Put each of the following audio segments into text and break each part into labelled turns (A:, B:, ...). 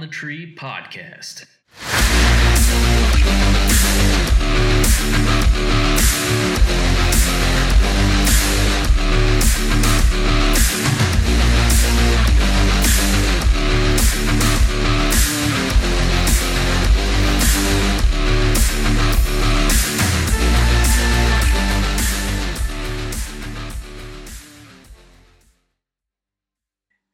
A: the Tree podcast.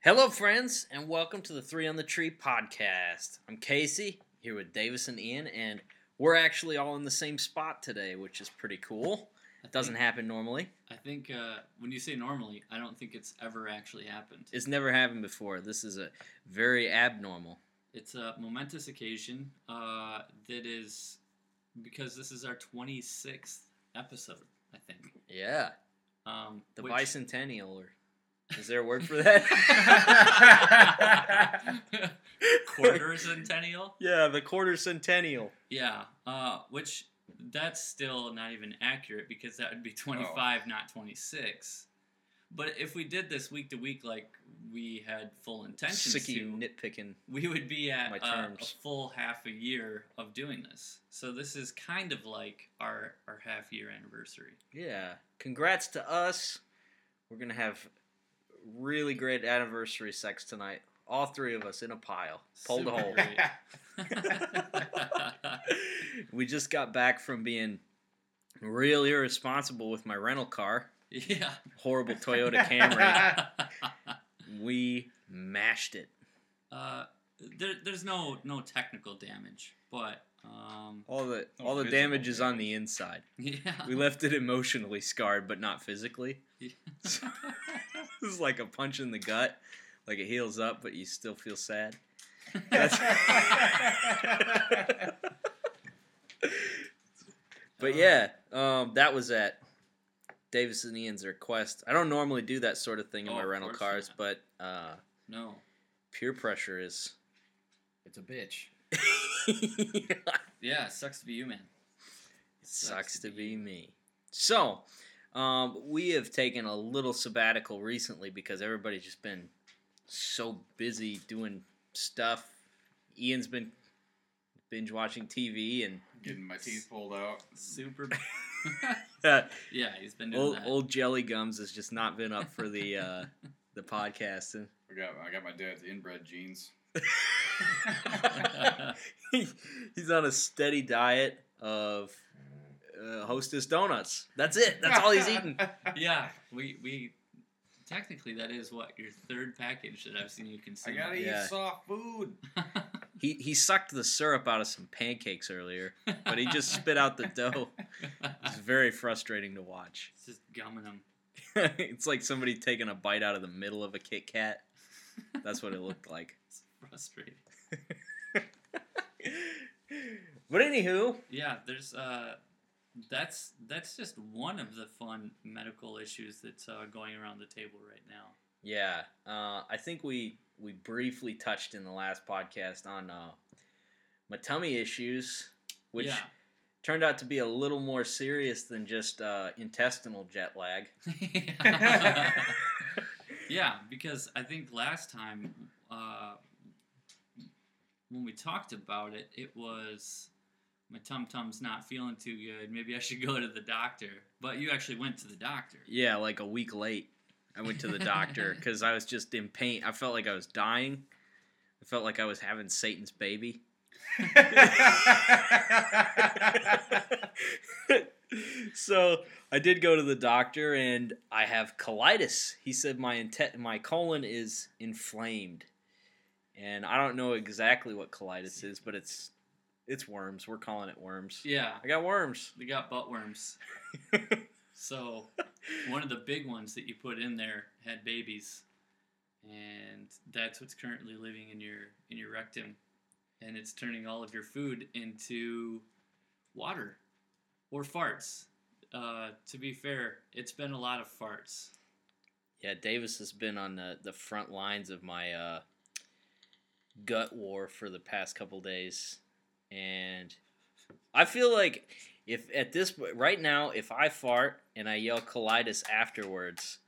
A: Hello, friends, and welcome to the Three on the Tree podcast. I'm Casey here with Davis and Ian, and we're actually all in the same spot today, which is pretty cool.
B: I
A: It doesn't happen normally.
B: Think, I think uh, when you say normally, I don't think it's ever actually happened.
A: It's never happened before. This is a very abnormal.
B: It's a momentous occasion uh, that is because this is our 26th episode, I think.
A: Yeah,
B: Um,
A: the
B: which-
A: bicentennial, or is there a word for that?
B: quarter centennial.
A: yeah, the quarter centennial.
B: Yeah, uh, which that's still not even accurate because that would be
A: Oh.
B: 25, not 26. But if we did this week to week, like we had full intentions
A: Sick of
B: to,
A: you nitpicking.
B: we would be at
A: My
B: uh, a
A: terms.
B: full half a year of doing this. So this is kind of like our our half year anniversary.
A: Yeah. Congrats to us. We're going to have really great anniversary sex tonight. All three of us in a pile. Pulled a
B: Super
A: hole.
B: great.
A: we just got back from being real irresponsible with my rental car.
B: yeah.
A: Horrible Toyota Camry. we mashed it.
B: uh, there, there's no no technical damage, but um,
A: All the
C: Oh,
A: all the
C: visible
A: damage is on the inside.
B: yeah.
A: We left it emotionally scarred but not physically. This is like a punch in the gut. Like it heals up but you still feel sad. That's- But yeah, um, that was at Davis and Ian's request. I don't normally do that sort of thing in
B: Oh,
A: my
B: of
A: rental
B: course
A: cars,
B: not.
A: but uh,
B: no.
A: peer pressure is.
C: It's a bitch.
A: it
B: Yeah, sucks to be you, man.
A: sucks to be me. So, um, we have taken a little sabbatical recently because everybody's just been so busy doing stuff. Ian's been binge watching TV and
C: Getting my teeth pulled out.
B: Super.
A: uh,
B: yeah, he's been doing
A: old,
B: that.
A: old Jelly Gums has just not been up for the uh, the podcast and.
C: I got I got my dad's inbred genes.
A: he's on a steady diet of uh, Hostess donuts. That's it. That's all he's eating.
B: yeah, we we technically that is what your third package that I've seen you
C: I
B: consume.
C: gotta
A: Yeah.
C: eat soft food.
A: He he sucked the syrup out of some pancakes earlier, but he just spit out the dough. It's very frustrating to watch.
B: It's just gumming them.
A: it's like somebody taking a bite out of the middle of a Kit Kat. That's what it looked like.
B: It's frustrating.
A: But anywho,
B: Yeah, there's uh, that's that's just one of the fun medical issues that's uh, going around the table right now.
A: Yeah, uh, I think we we briefly touched in the last podcast on uh, my tummy issues, which turned out to be a little more serious than just uh, intestinal jet lag.
B: yeah. yeah, because I think last time uh, when we talked about it, it was my tum tum's not feeling too good. Maybe I should go to the doctor. But you actually went to the doctor.
A: Yeah, like a week late, I went to the doctor because I was just in pain. I felt like I was dying. I felt like I was having Satan's baby. so I did go to the doctor, and I have colitis. He said my inte- my colon is inflamed, and I don't know exactly what colitis is, but it's it's worms. We're calling it worms.
B: Yeah,
A: I got worms.
B: we got butt worms. so one of the big ones that you put in there had babies, and that's what's currently living in your in your rectum, and it's turning all of your food into water or farts. Uh, to be fair, it's been a lot of farts.
A: Yeah, Davis has been on the the front lines of my uh, gut war for the past couple days, and I feel like if at this right now, if I fart and I yell colitis afterwards,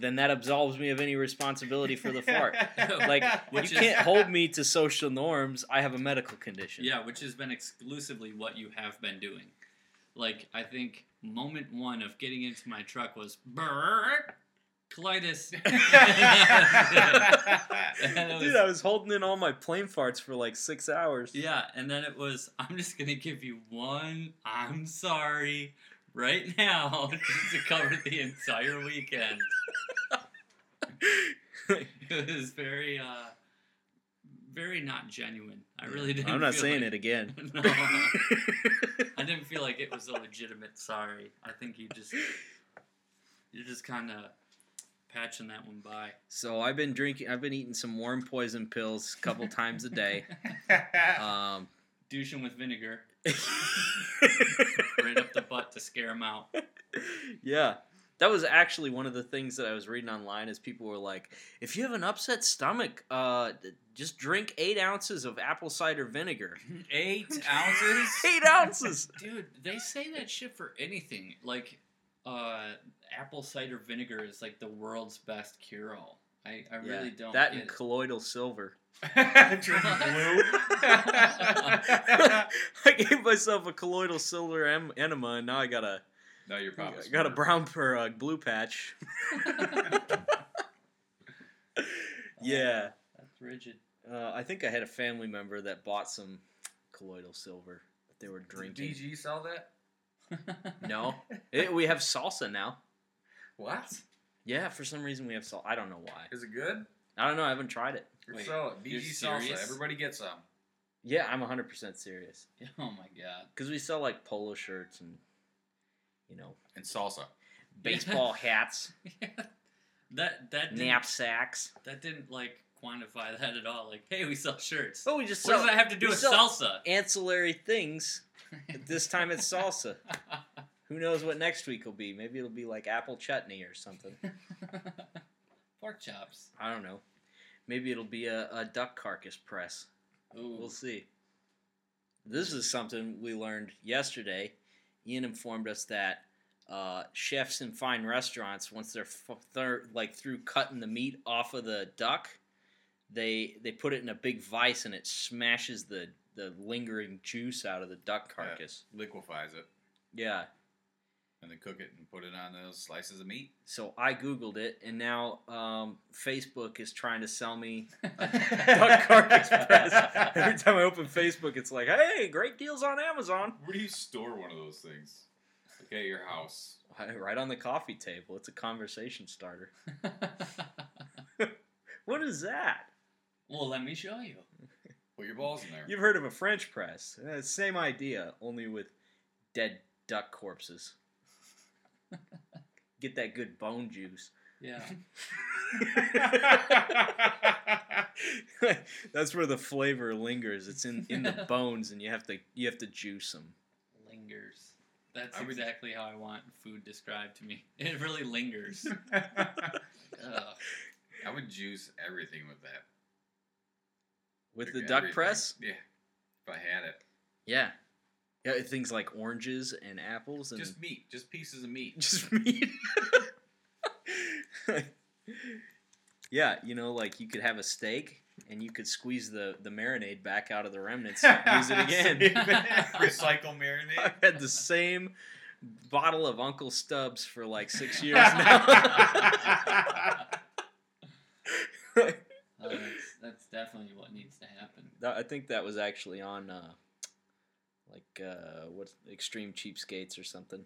A: then that absolves me of any responsibility for the fart. Like,
B: Which
A: you
B: is-
A: can't hold me to social norms. I have a medical condition.
B: Yeah, which has been exclusively what you have been doing. Like, I think moment one of getting into my truck was brrrr, colitis. And it
A: Dude, I was holding in all my plane farts for like six hours.
B: yeah, and then it was, I'm just going to give you one, I'm sorry, right now, just to cover the entire weekend. it was very, uh, very not genuine. I really didn't.
A: I'm not
B: feel
A: saying
B: like-
A: it again.
B: no. I didn't feel like it was a legitimate sorry. I think you just you're just kind of patching that one by.
A: so I've been drinking. I've been eating some worm poison pills a couple times a day. Um,
B: Douching with vinegar right up the butt to scare him out.
A: yeah. That was actually one of the things that I was reading online is people were like, if you have an upset stomach, uh, d- just drink eight ounces of apple cider vinegar.
C: Eight ounces.
A: eight ounces.
B: Dude, they say that shit for anything. Like uh apple cider vinegar is like the world's best cure all. I, I
A: Yeah,
B: really don't
A: that
B: get
A: and
B: it.
A: colloidal silver.
C: Drink blue.
A: I gave myself a colloidal silver em- enema, and now I got a
C: now you're probably
A: I got a brown per uh, blue patch. yeah,
B: That's rigid.
A: uh, I think I had a family member that bought some colloidal silver that they were drinking.
C: DG sell that?
A: No, It- we have salsa now.
C: What?
A: Yeah, for some reason we have salsa. I don't know why.
C: Is it good?
A: I don't know. I haven't tried it.
B: Wait,
C: sell it.
B: you're
C: DG salsa.
B: serious?
C: Everybody get some.
A: Yeah, I'm 100% serious
B: Oh my god.
A: because we sell like polo shirts and you know
C: And salsa.
A: baseball hats,
B: That that didn't-
A: knapsacks.
B: That didn't like quantify that at all. Like, hey, we sell shirts.
A: Oh, we just
B: what
A: sell
B: does that have to do
A: we
B: with
A: sell-
B: salsa?
A: ancillary things. This time it's salsa. Who knows what next week will be? Maybe it'll be like apple chutney or something.
B: Pork chops.
A: I don't know. Maybe it'll be a, a duck carcass press. We'll
B: Ooh.
A: see. This is something we learned yesterday. Ian informed us that uh, chefs in fine restaurants, once they're, f- they're like through cutting the meat off of the duck, they they put it in a big vise and it smashes the the lingering juice out of the duck
C: Yeah.
A: carcass.
C: Liquefies it
A: yeah.
C: and then cook it and put it on those slices of meat.
A: So I Googled it, and now um, Facebook is trying to sell me
C: Duck
A: Duck Carcass Press. Every time I open Facebook, it's like, hey, great deals on Amazon.
C: Where do you store one of those things? Like at your house.
A: Right on the coffee table. It's a conversation starter. What is that?
B: well, let me show you.
C: Put your balls in there.
A: You've heard of a French press. Uh, same idea, only with dead duck corpses. Get that good bone juice.
B: Yeah.
A: That's where the flavor lingers. It's in, in the bones, and you have to you have to juice them.
B: Lingers. That's
C: I would-
B: exactly how I want food described to me. It really lingers. Ugh.
C: I would juice everything with that.
A: with
C: Like
A: the duck
C: everything.
A: press.
C: Yeah. If I had it.
A: Yeah. yeah, things like oranges and apples and
C: Just meat. Just pieces of meat.
A: just meat. yeah, you know, like you could have a steak and you could squeeze the the marinade back out of the remnants, use it again.
C: Recycle marinade.
A: I've had the same bottle of Uncle Stubbs for like six years now.
B: Uh, that's, that's definitely what needs to happen.
A: That- I think that was actually on uh, like uh, what extreme cheapskates or something.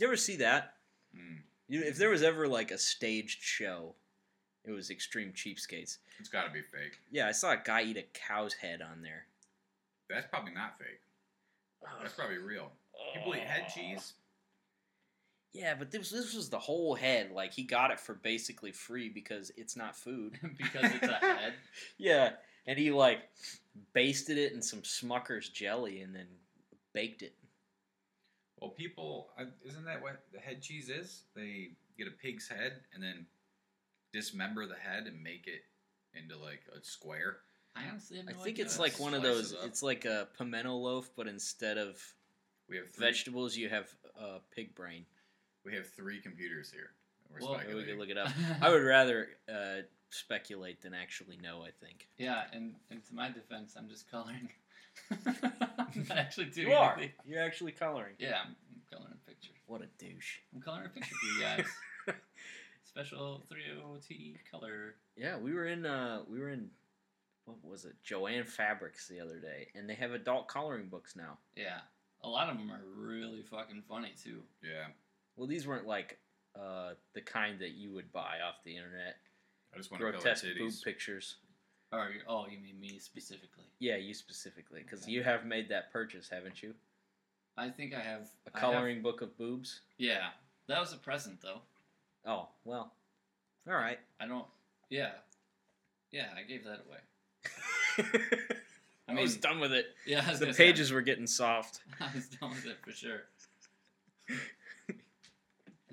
A: You ever see that?
C: Mm,
A: You, if there was ever like a staged show, it was Extreme Cheapskates.
C: it's got to be fake.
A: Yeah, I saw a guy eat a cow's head on there.
C: That's probably not fake. Oh,
A: Oh.
C: That's probably real. People eat head cheese.
A: Yeah, but this this was the whole head. Like he got it for basically free because it's not food.
B: because it's a head.
A: yeah, and he like basted it in some Smucker's jelly and then baked it.
C: Well, people, I- isn't that what the head cheese is? They get a pig's head and then dismember the head and make it into like a square.
B: I honestly have no
A: I think
B: idea.
A: it's like one of
C: Slices
A: those.
C: up.
A: It's like a pimento loaf, but instead of
C: We have three,
A: vegetables, you have uh, pig brain.
C: we have three computers here. We're
B: Well,
A: Maybe we
C: speculating.
A: could look it up. I would rather uh, speculate than actually know. I think.
B: Yeah, and, and to my defense, I'm just coloring. I'm not actually doing anything.
A: You're actually coloring.
B: Yeah, I'm, I'm coloring a picture.
A: What a douche.
B: I'm coloring a picture for you guys. Special 3OT color.
A: Yeah, we were in uh we were in what was it? Joanne Fabrics the other day and they have adult coloring books now.
B: Yeah, a lot of them are really fucking funny too.
C: yeah,
A: Well, these weren't like uh the kind that you would buy off the internet.
C: I just want to color
A: Grotesque boob
C: titties.
A: pictures.
B: Or oh, you mean me specifically?
A: Yeah, you specifically cuz
B: Okay.
A: you have made that purchase, haven't you?
B: I think I have
A: A
B: I have-
A: coloring book of boobs?
B: yeah, that was a present though.
A: Oh, well. All right.
B: I don't. Yeah, yeah, I gave that away.
A: I, was
B: mean-
A: done with it.
B: Yeah, I was
A: The
B: gonna say,
A: pages were getting soft.
B: I was done with it for sure.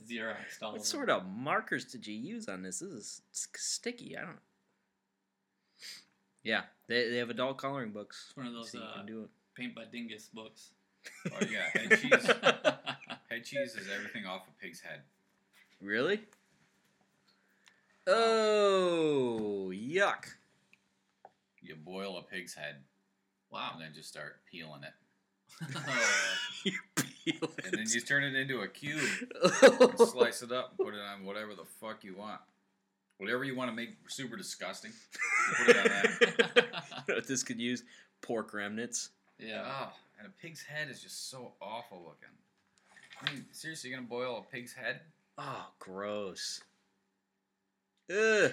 B: Zero installed.
C: Um,
A: What sort of markers did you use on this? This is s- sticky. I don't. Yeah, they, they have adult coloring books.
B: It's one of those,
A: so you
B: uh,
A: can do it.
B: paint by Dingus books.
C: Or, Oh, yeah, head cheese.
B: yeah,
C: Head cheese is everything off a pig's head.
A: Really?
C: um,
A: Oh, yuck!
C: You boil a pig's head
B: wow.
C: and then just start peeling it,
A: you peel it.
C: and then you turn it into a cube and
A: oh,
C: slice it up and put it on whatever the fuck you want. Whatever you want to make super disgusting. you put it on that.
A: You know what this could use pork remnants.
B: yeah.
C: Oh, and a pig's head is just so awful looking. I mean, seriously, you're gonna boil a pig's head?
A: Oh, gross. Ugh.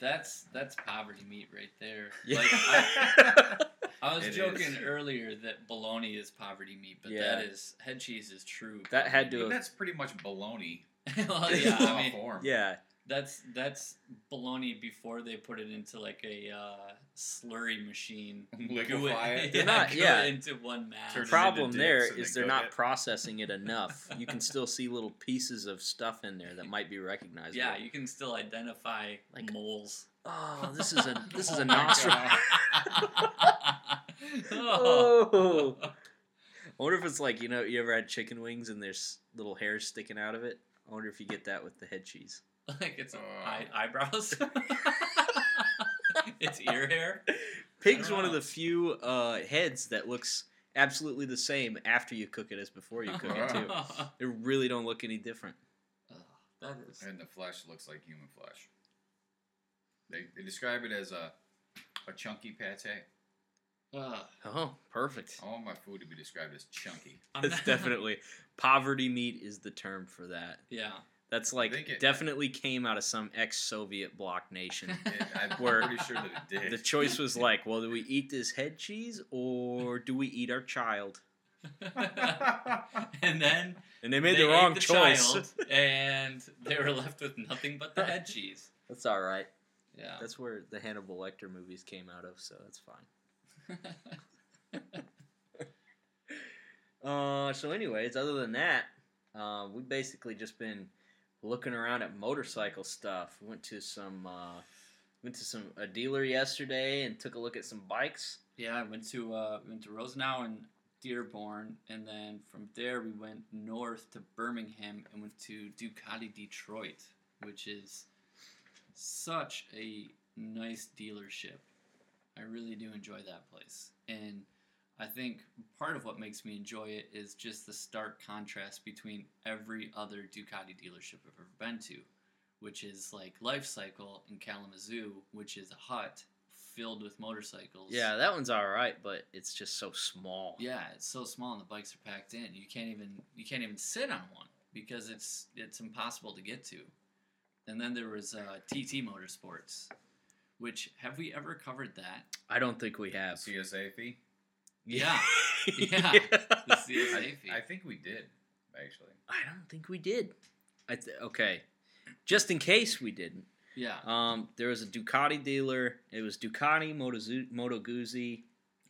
B: That's that's poverty meat right there.
A: Yeah.
B: Like I, I was
C: It
B: joking
C: is.
B: earlier that bologna is poverty meat, but
A: Yeah.
B: that is head cheese is true.
A: that had
C: Dude,
A: to. Have,
C: that's pretty much baloney.
B: well, Oh,
C: in
B: yeah,
C: raw
B: I mean
C: form.
A: yeah.
B: that's that's bologna before they put it into like a uh, slurry machine. Goo
C: Liquefy
B: it-
C: it.
B: yeah,
A: They're not-
B: goo
A: yeah.
B: it into one mass.
C: Turn
A: The
C: it
A: problem
C: into
A: there
C: dips and
A: is
C: then
A: they're
C: cook
A: not
C: it.
A: processing it enough. You can still see little pieces of stuff in there that might be recognizable.
B: Yeah, you can still identify
A: Like-
B: moles.
A: Oh, this is a this is
B: Oh
A: a
B: my
A: nostril.
B: God. oh.
A: Oh. I wonder if it's like you know you ever had chicken wings and there's little hairs sticking out of it. I wonder if you get that with the head cheese.
B: Like it's
C: Oh.
B: eye- eyebrows. it's ear hair.
A: Pig's
B: don't
A: one of
B: know.
A: the few uh, heads that looks absolutely the same after you cook it as before you cook it too. They really don't look any different.
B: that is.
C: And the flesh looks like human flesh. They, they describe it as a a chunky pate.
B: Ugh.
A: Oh, perfect.
C: I want my food to be described as chunky.
B: I'm
A: That's
B: not-
A: definitely poverty meat is the term for that.
B: Yeah.
A: That's like
C: think it-
A: definitely came out of some ex-Soviet bloc nation.
C: It, I'm
A: Where-
C: pretty sure that it did.
A: the choice was like, well, do we eat this head cheese or do we eat our child?
B: and then
A: And they made
B: they
A: the
B: ate
A: wrong
B: the
A: choice.
B: child, and they were left with nothing but the head cheese.
A: That's all right.
B: Yeah.
A: That's where the Hannibal Lecter movies came out of, so that's fine. Uh, so, anyways, other than that, uh, we've basically just been looking around at motorcycle stuff. We went to some uh, went to some a dealer yesterday and took a look at some bikes.
B: yeah. I went to uh, went to Rosenau and Dearborn, and then from there we went north to Birmingham and went to Ducati Detroit, which is such a nice dealership. I really do enjoy that place. And I think part of what makes me enjoy it is just the stark contrast between every other Ducati dealership I've ever been to, which is like Life Cycle in Kalamazoo, which is a hut filled with motorcycles.
A: Yeah, that one's all right, but it's just so small.
B: Yeah, it's so small and the bikes are packed in. You can't even you can't even sit on one because it's it's impossible to get to. And then there was uh, TT Motorsports, which have we ever covered that?
A: I don't think we have.
C: CSA fee?
B: Yeah, yeah. The CSA fee.
C: I think we did, actually.
A: I don't think we did. I th- okay, just in case we didn't,
B: yeah,
A: um, there was a Ducati dealer. It was Ducati, Moto, Zu- Moto Guzzi,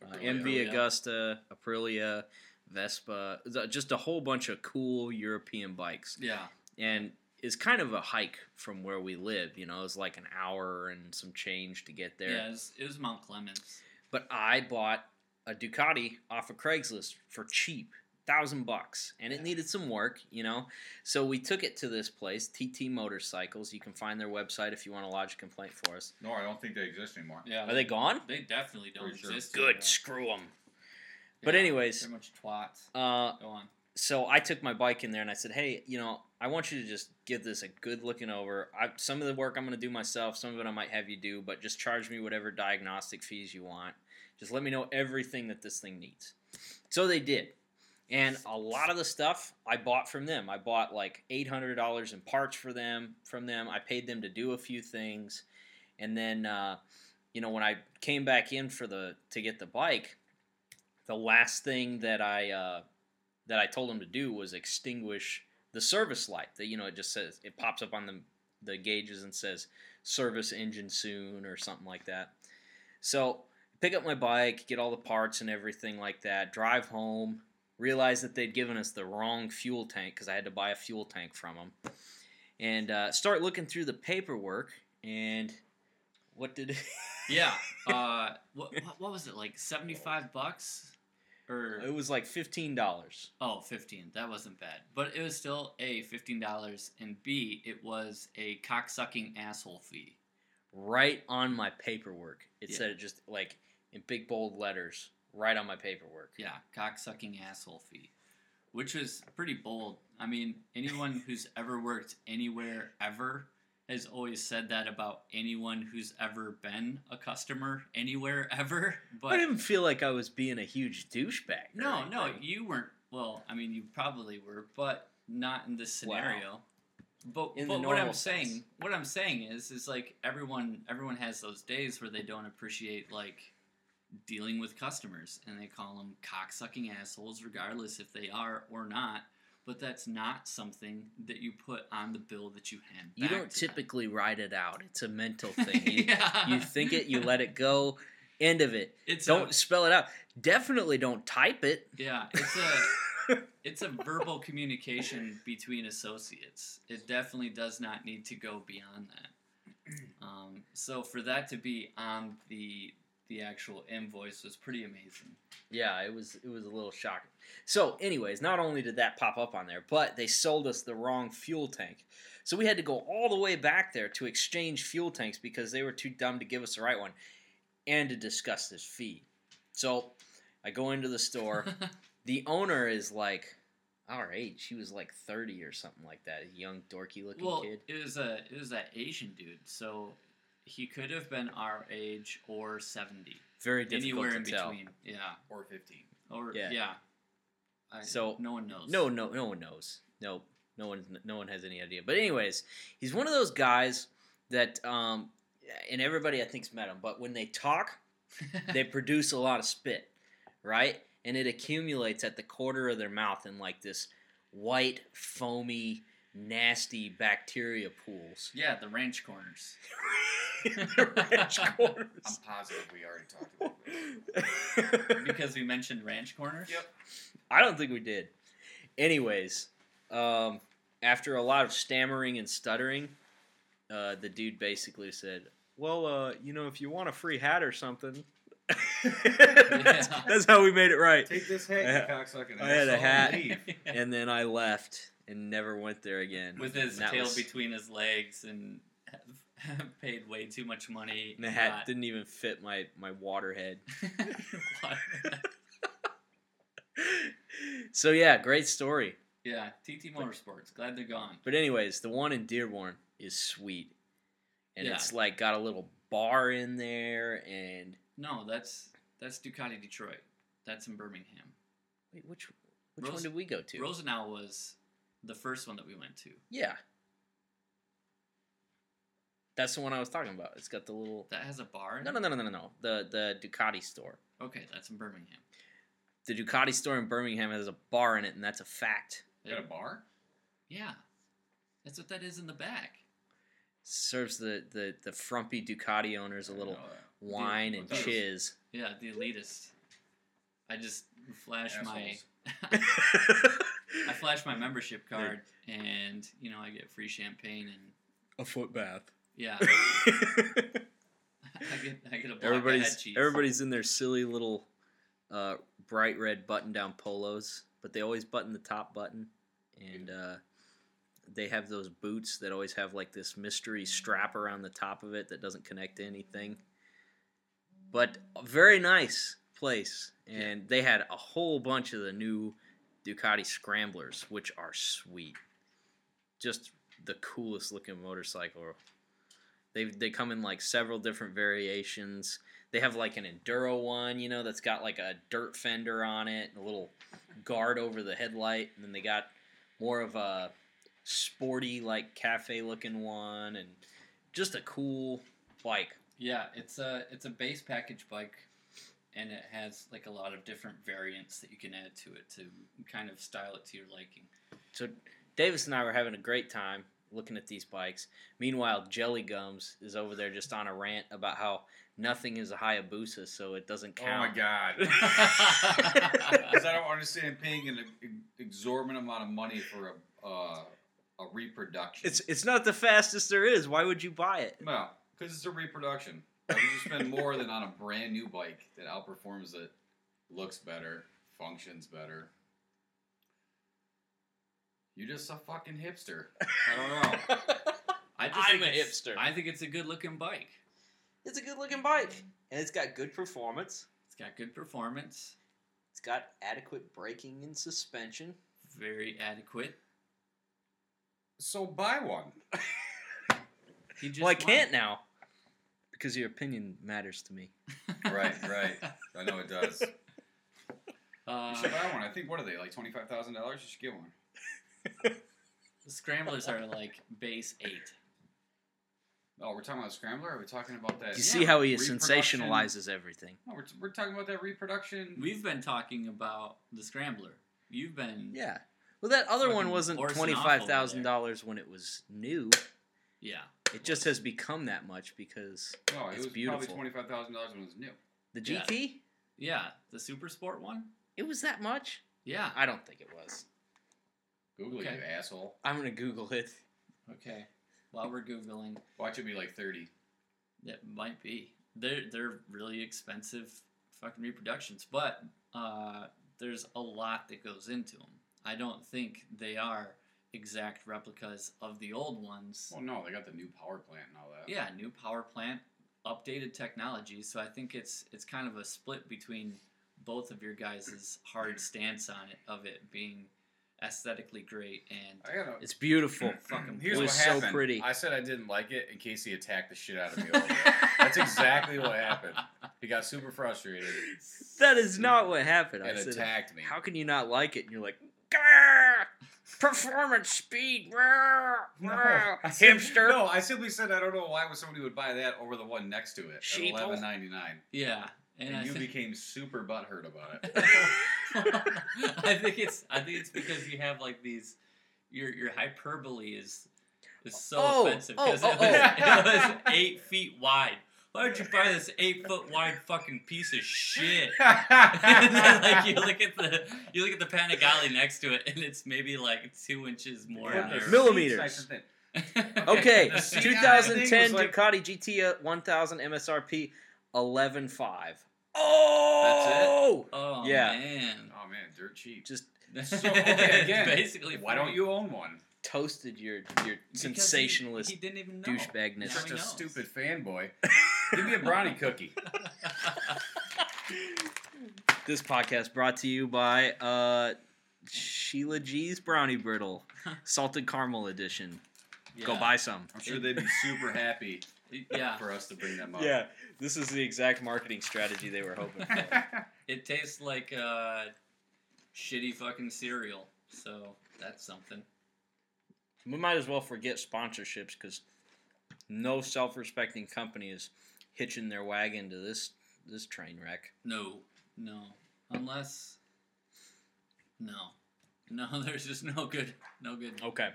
A: uh,
C: Aprilia.
A: MV Augusta, Aprilia, Vespa, th- just a whole bunch of cool European bikes,
B: yeah,
A: and it's kind of a hike from where we live. You know, it's like an hour and some change to get there.
B: yeah. It was, it was Mount Clemens.
A: But I bought a Ducati off of Craigslist for cheap. thousand bucks and it needed some work you know so we took it to this place tt motorcycles you can find their website if you want to lodge a complaint for us
C: No, I don't think they exist anymore.
B: Yeah,
A: are they gone
B: They definitely don't
C: Pretty sure.
B: exist.
A: good
B: anymore.
A: screw them But anyways.
B: they're much twats.
A: uh,
B: Go on.
A: so I took my bike in there and I said, "Hey, you know, I want you to just give this a good looking over. I, some of the work I'm going to do myself, some of it I might have you do, but just charge me whatever diagnostic fees you want. Just let me know everything that this thing needs." So they did. And a lot of the stuff I bought from them. I bought like $800 in parts for them from them. I paid them to do a few things. And then uh, you know, when I came back in for the to get the bike, the last thing that I uh that I told him to do was extinguish the service light. That you know, it just says it pops up on the the gauges and says service engine soon or something like that. So pick up my bike, get all the parts and everything like that, drive home, realize that they'd given us the wrong fuel tank because I had to buy a fuel tank from them, and uh, start looking through the paperwork and. What did
B: Yeah. Uh, what, what what was it like? Seventy five bucks, or
A: it was like fifteen dollars?
B: Oh, 15. That wasn't bad. But it was still A, $15, and B, it was a cocksucking asshole fee.
A: right on my paperwork. It
B: Yeah.
A: said it just like in big bold letters, right on my paperwork.
B: Yeah, cocksucking asshole fee. Which was pretty bold. I mean, anyone who's ever worked anywhere ever has always said that about anyone who's ever been a customer anywhere ever.
A: I
B: But
A: didn't feel like I was being a huge douchebag. or
B: no, no,
A: anything.
B: you weren't. Well, I mean, you probably were, but not in this
A: Wow.
B: scenario. But,
A: In the
B: but what I'm
A: normal sense.
B: saying, what I'm saying is, is like everyone, everyone has those days where they don't appreciate like dealing with customers, and they call them cocksucking assholes, regardless if they are or not. But that's not something that you put on the bill that you hand.
A: You
B: back
A: don't
B: to them.
A: typically write it out. It's a mental thing. You,
B: yeah.
A: you think it, you let it go. End of it.
B: It's
A: don't
B: a-
A: spell it out. Definitely don't type it.
B: Yeah, it's a it's a verbal communication between associates. It definitely does not need to go beyond that. Um, so for that to be on the the actual invoice was pretty amazing.
A: Yeah, it was it was a little shocking. So, anyways, not only did that pop up on there, but they sold us the wrong fuel tank. So we had to go all the way back there to exchange fuel tanks because they were too dumb to give us the right one and to discuss this fee. So I go into the store. the owner is like our age. She was like 30 or something like that. A young, dorky looking
B: well,
A: kid.
B: it was a it was that Asian dude, so he could have been our age or seventy,
A: Very difficult
B: anywhere
A: to
B: in
A: tell.
B: between. Yeah,
C: Or 15.
B: or
A: Yeah.
B: yeah. I-
A: So-
B: no one knows.
A: No, no, no one knows. No, no one, no one has any idea. But anyways, he's one of those guys that, um, and everybody I think's met him. But when they talk, they produce a lot of spit, right? And it accumulates at the corner of their mouth in like this white, foamy, nasty bacteria pools.
B: yeah, the ranch corners.
A: Ranch
C: I'm
A: corners.
C: positive we already talked about this.
B: because we mentioned ranch corners.
C: Yep.
A: I don't think we did. Anyways, um, after a lot of stammering and stuttering, uh, the dude basically said, "Well, uh, you know, if you want a free hat or something." that's, that's how we made it right.
C: Take this
A: I had-
C: hat, you cocksucking
A: I had a
C: asshole, and
A: hat.
C: leave.
A: And then I left and never went there again.
B: with his
A: And that
B: tail
A: was-
B: between his legs and have paid way too much money.
A: and the hat didn't even fit my my water head.
B: didn't.
A: so yeah, great story.
B: yeah, TT Motorsports. Glad they're gone.
A: But anyways, the one in Dearborn is sweet, and
B: Yeah.
A: it's like got a little bar in there. And
B: No, that's that's Ducati Detroit. That's in Birmingham.
A: wait, which which one
B: Rose-
A: did we go to?
B: Rosenau was the first one that we went to.
A: Yeah, that's the one I was talking about. It's got the little
B: That has a bar. in
A: no
B: it?
A: no no no no no the the Ducati store.
B: Okay, that's in Birmingham.
A: The Ducati store in Birmingham has a bar in it, and that's a fact.
C: You Got a bar?
B: Yeah, that's what that is in the back.
A: Serves the the the frumpy Ducati owners a little
C: No,
A: wine and
C: Dude,
A: chiz.
B: Yeah, the elitist. I just flashed my
C: assholes.
B: I flash my membership card, and you know I get free champagne, and
A: a foot bath.
B: yeah, I get I get a block of head
A: everybody's
B: cheese.
A: everybody's in their silly little uh, bright red button down polos, but they always button the top button, and uh, they have those boots that always have like this mystery strap around the top of it that doesn't connect to anything. But a very nice place, and they had a whole bunch of the new Ducati Scramblers, which are sweet. Just the coolest looking motorcycle. They they come in like several different variations. They have like an enduro one, you know, that's got like a dirt fender on it and a little guard over the headlight, and then they got more of a sporty like cafe looking one and just a cool bike.
B: Yeah, it's a it's a base package bike, and it has like a lot of different variants that you can add to it to kind of style it to your liking.
A: So Davis and I were having a great time looking at these bikes. Meanwhile, Jelly Gums is over there just on a rant about how nothing is a Hayabusa, so it doesn't
C: Oh my
A: count.
C: god.
B: God.
C: Because I don't understand paying an exorbitant amount of money for a uh, a reproduction.
A: It's it's not the fastest there is. Why would you buy it?
C: no, because it's a reproduction. I would just spend more than on a brand new bike that outperforms it, looks better, functions better. You're just a fucking hipster. I don't know.
B: I
A: I'm
B: think
A: a
B: it's-
A: hipster.
B: I think it's a good looking bike.
A: It's a good looking bike, and it's got good performance.
B: It's got good performance,
A: It's got adequate braking and suspension.
B: very adequate.
C: So buy one.
B: He just
A: well, I
B: won.
A: can't now because your opinion matters to me.
C: Right, right. I know it does. You should
B: Uh,
C: buy one. I think what are they like twenty five thousand dollars? You should get one.
B: the scramblers are like base eight.
C: Oh, we're talking about scrambler. Are we talking about that?
A: You see how he
C: reproduction?
A: sensationalizes everything.
C: No, we're, we're talking about that reproduction.
B: We've been talking about the scrambler. You've been
A: Yeah. Well, that other one
B: Fucking
A: wasn't
B: Orson
A: twenty
B: Awful
A: five
B: over
A: thousand dollars when it was new.
B: yeah.
A: It just has become that much because
C: No, it
A: It's
C: was
A: beautiful.
C: probably twenty five thousand dollars when it was new.
A: the
B: Yeah.
A: GT.
B: Yeah, the super sport one.
A: It was that much?
B: Yeah.
A: I don't think it was.
C: Google it,
B: Okay.
C: you asshole.
A: I'm gonna Google it.
B: Okay. While we're googling,
C: Watch it be like thirty.
B: that might be they're they're really expensive fucking reproductions, but uh, there's a lot that goes into them. I don't think they are exact replicas of the old ones.
C: Well, Oh, no, they got the new power plant and all that.
B: Yeah, new power plant, updated technology. So I think it's it's kind of a split between both of your guys' hard stance on it of it being aesthetically great and
C: I gotta.
A: It's beautiful.
B: fucking
C: Here's
A: it
C: what
A: was so
C: happened.
A: pretty.
C: I said I didn't like it, and Casey attacked the shit out of me. Over it. That's exactly what happened. He got super frustrated
A: That is not what happened. I
C: and
A: said,
C: attacked me.
A: "How can you not like it?" And you're like, "Grr! "Performance speed, grr, grr,
C: I said-
A: hipster."
C: No, I simply said I don't know why would somebody would buy that over the one next to it at
A: Sheeple.
C: eleven ninety nine.
B: Yeah. And,
C: And
B: I
C: you
B: think-
C: became super butthurt about it.
B: I think it's I think it's because you have like these your your hyperbole is is so
A: Oh,
B: offensive
A: oh,
B: because
A: oh,
B: it, was,
A: oh.
B: it was eight feet wide. Why would you buy this eight foot wide fucking piece of shit? And then, like you look at the you look at the Panigale next to it and it's maybe like two inches more
C: Yeah, the
A: Mil-
B: narrow.
A: Millimeters.
C: seat's nice and thin.
A: Okay,
C: The seat on that thing
A: 2010
C: was like-
A: Ducati GT 1000 MSRP 11.5. Oh,
B: Oh
A: Yeah.
B: man.
C: Oh man, dirt cheap.
A: just
C: So okay, again,
B: basically
C: why don't you own one?
A: toasted your your
B: because he-
A: sensationalist
B: he, didn't even know.
C: You're
B: Now
A: douchebagness.
B: he
C: such a
B: knows.
C: stupid fanboy. Give me a brownie cookie.
A: This podcast brought to you by uh, Sheila G's Brownie Brittle, salted caramel edition. Go
B: Yeah.
A: buy some.
C: I'm sure they'd be super happy
B: Yeah.
C: for us to bring them up.
A: this is the exact marketing strategy they were hoping
B: It tastes like uh, shitty fucking cereal. So that's something.
A: we might as well forget sponsorships because no self-respecting company is hitching their wagon to this this train wreck.
B: No, no, unless no, no. There's just no good, no good.
A: Okay.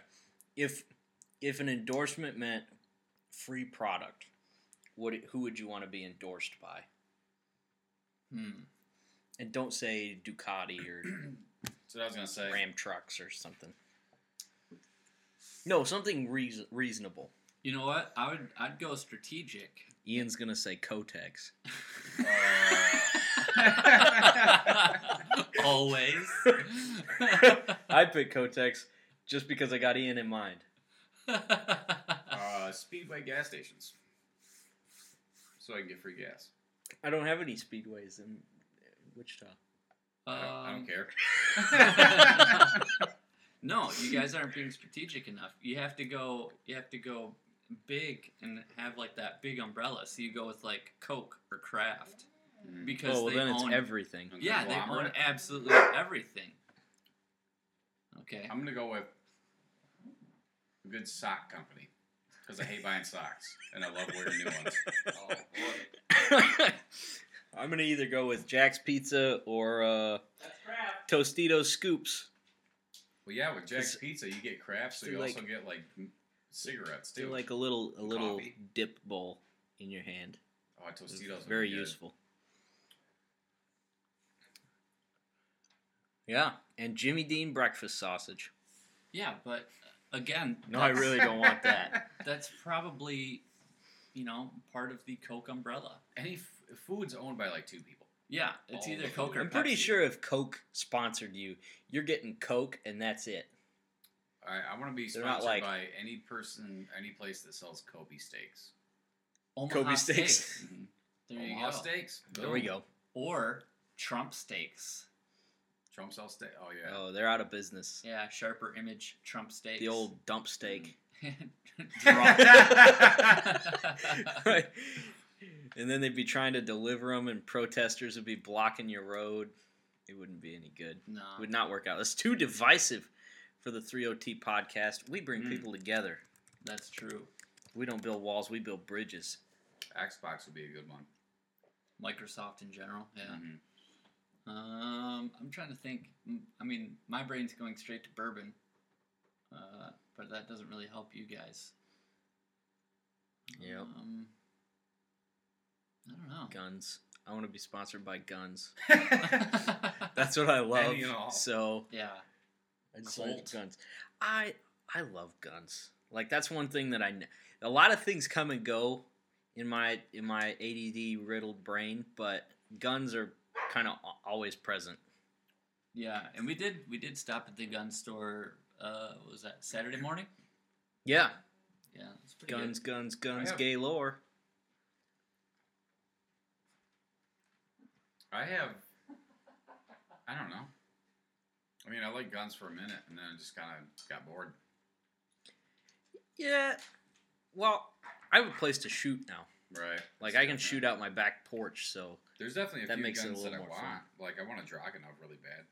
A: If if an endorsement meant free product, would it, who would you want to be endorsed by?
B: Hmm.
A: And don't say Ducati or
C: So I was gonna say.
A: Ram trucks or something. No, something reason, reasonable.
B: You know what? I would, I'd go strategic.
A: Ian's gonna say Kotex.
C: Uh,
B: Always.
A: I picked Kotex just because I got Ian in mind.
C: Uh, speedway gas stations. So I can get free gas.
A: I don't have any speedways in Wichita.
C: I, don't, I
B: Um,
C: don't care.
B: No, you guys aren't being strategic enough. You have to go. You have to go big and have like that big umbrella. So you go with like Coke or Kraft because
A: Oh, well,
B: they
A: then it's
B: own.
A: everything.
C: Okay,
B: yeah, they
C: well, I'm
B: own
C: gonna-
B: absolutely everything. Okay.
C: I'm gonna go with a good sock company because I hate buying socks and I love wearing new ones.
B: Oh, boy.
A: I'm going to either go with Jack's Pizza or uh, Tostitos Scoops.
C: Well, yeah, with Jack's
A: It's-
C: Pizza you get crap, so
A: they're
C: you
A: like-
C: also get like m- cigarettes
A: They're
C: too.
A: like a little a little
C: Coffee.
A: dip bowl in your hand.
C: oh, and
A: It's
C: Tostitos. would
A: very
C: be good.
A: useful. Yeah, and Jimmy Dean breakfast sausage.
B: Yeah, but uh, again,
A: No, I
B: that's-
A: really don't want that.
B: That's probably, you know, part of the Coke umbrella.
C: Any f- food's owned by like two people.
B: Yeah, it's
C: Oh,
B: either Coke or
A: I'm pretty
B: Pepsi.
A: sure if Coke sponsored you, you're getting Coke and that's it.
C: All right, I want to be
A: They're
C: sponsored
A: not like-
C: by any person, any place that sells Kobe steaks.
B: Omaha
A: Kobe steaks.
B: There you
C: Omaha
B: go.
C: steaks.
A: Mm-hmm. There we
C: Boom.
A: go.
B: Or Trump steaks.
C: Trump sells steak. Oh yeah.
A: Oh, they're out of business.
B: Yeah, sharper image Trump steaks.
A: The old dump steak.
B: Drop.
C: Mm.
A: and then they'd be trying to deliver them, and protesters would be blocking your road. It wouldn't be any good.
B: no.
A: It would not work out. It's too divisive for the 3OT podcast. We bring
C: Mm.
A: people together.
B: That's true.
A: We don't build walls, we build bridges.
C: Xbox would be a good one.
B: Microsoft in general. Yeah.
C: Mhm.
A: Mm.
B: Um, I'm trying to think. M- I mean, my brain's going straight to bourbon, uh, but that doesn't really help you guys.
A: Yep.
B: Um, I don't know.
A: Guns. I want to be sponsored by guns.
B: That's
A: That's what I love.
C: Any and all.
A: So
B: yeah.
A: I just wanna do
B: Colt.
A: guns. I I love guns. Like that's one thing that I. kn- A lot of things come and go in my in my ADD riddled brain, but guns are kind of always present.
B: Yeah, and we did we did stop at the gun store. Uh, what was that Saturday morning?
A: Yeah,
B: Yeah, it's pretty
A: guns, guns, guns,
C: have-
A: galore.
C: I have. I don't know. I mean, I like guns for a minute, and then I just kind of got bored.
A: Yeah. Well, I have a place to shoot now.
C: Right.
A: Like I can shoot out my back porch, so
C: There's definitely a
A: That
C: few
A: makes it a
C: guns that I
A: little more
C: want.
A: fun.
C: Like I want a Dragunov really bad.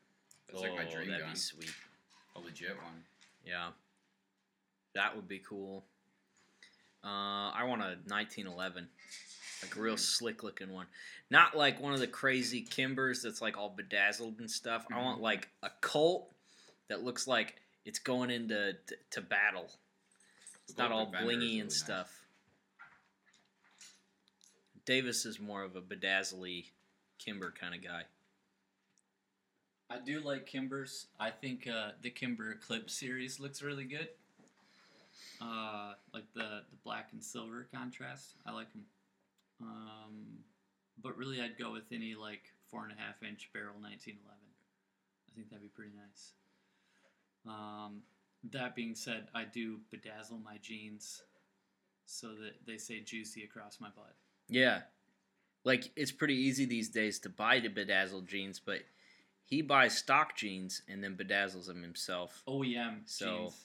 C: That's like my
A: Oh,
C: dream
A: that'd
C: gun,
A: be sweet.
C: a legit one.
A: Yeah, that would be cool. Uh, I want a 1911, like a real
C: Mm.
A: slick looking one, not like one of the crazy Kimbers that's like all bedazzled and stuff. I
C: Mm-hmm.
A: want like a Colt that looks like it's going into t- to battle.
C: The
A: It's not
C: Glock
A: all
C: Defender is
A: blingy
C: really
A: and
C: nice.
A: stuff. Davis is more of a bedazzly Kimber kind of guy.
B: I do like Kimber's. I think uh, the Kimber Eclipse series looks really good. Uh, like the the black and silver contrast, I like them. Um, but really, I'd go with any like four and a half inch barrel 1911. I think that'd be pretty nice. Um, that being said, I do bedazzle my jeans so that they say juicy across my butt.
A: Yeah. Like it's pretty easy these days to buy the bedazzled jeans, but he buys stock jeans and then bedazzles them himself.
B: OEM
A: So-
B: E jeans.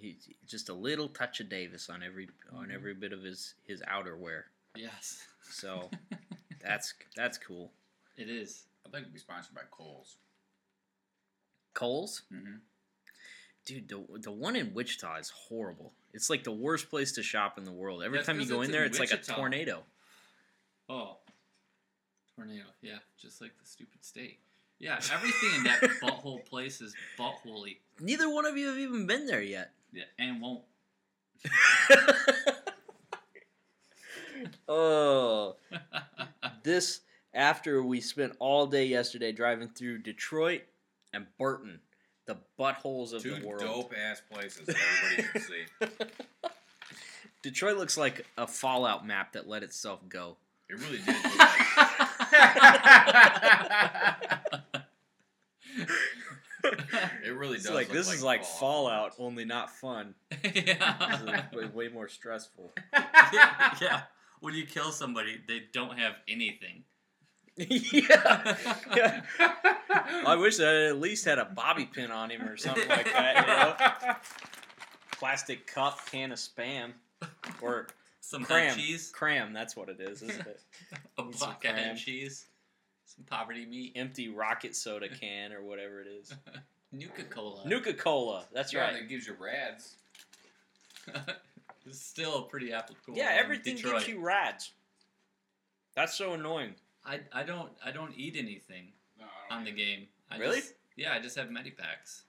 A: He just a little touch of Davis on every on
B: Mhm.
A: every bit of his his outerwear.
B: Yes,
A: So that's that's cool.
B: it is.
C: I'd like to be sponsored by Coles.
A: Coles,
C: Mm-hmm.
A: dude, the the one in Wichita is horrible. It's like the worst place to shop in the world. Every
B: That's
A: time you
B: 'cause
A: go
B: it's
A: in there,
B: in
A: it's like
B: Wichita.
A: a tornado.
B: Oh, tornado! Yeah, just like the stupid state. Yeah, everything in that butthole place is buttholey.
A: Neither one of you have even been there yet.
B: Yeah, and won't.
A: oh. this after we spent all day yesterday driving through Detroit and Burton, the buttholes of
C: Two
A: the world.
C: dope ass places that everybody should see.
A: Detroit looks like a Fallout map that let itself go.
C: It really did. Look like, It really does.
A: It's like
C: look
A: this is like Fallout,
C: Fallout.
A: only not fun. This
B: yeah.
A: is way, way more stressful.
B: yeah. When you kill somebody, they don't have anything.
A: yeah. yeah. I wish that it at least had a bobby pin on him or something like that. You know? Plastic cup, can of spam, or
B: Some
A: cram.
B: hot cheese,
A: Cram, that's what it is, isn't it?
B: a
A: Need some
B: block of
A: cram.
B: head cheese, some poverty meat,
A: Empty rocket soda can or whatever it is.
B: Nuka Cola.
A: Nuka Cola. That's
C: yeah,
A: right.
C: That gives you rads.
B: It's still pretty applicable.
A: yeah,
B: in
A: everything
B: Detroit.
A: gives you rads. That's so annoying.
B: I, I don't I don't eat anything
C: No,
B: on the game. I
A: Really?
B: Just, yeah, I just have medipacks.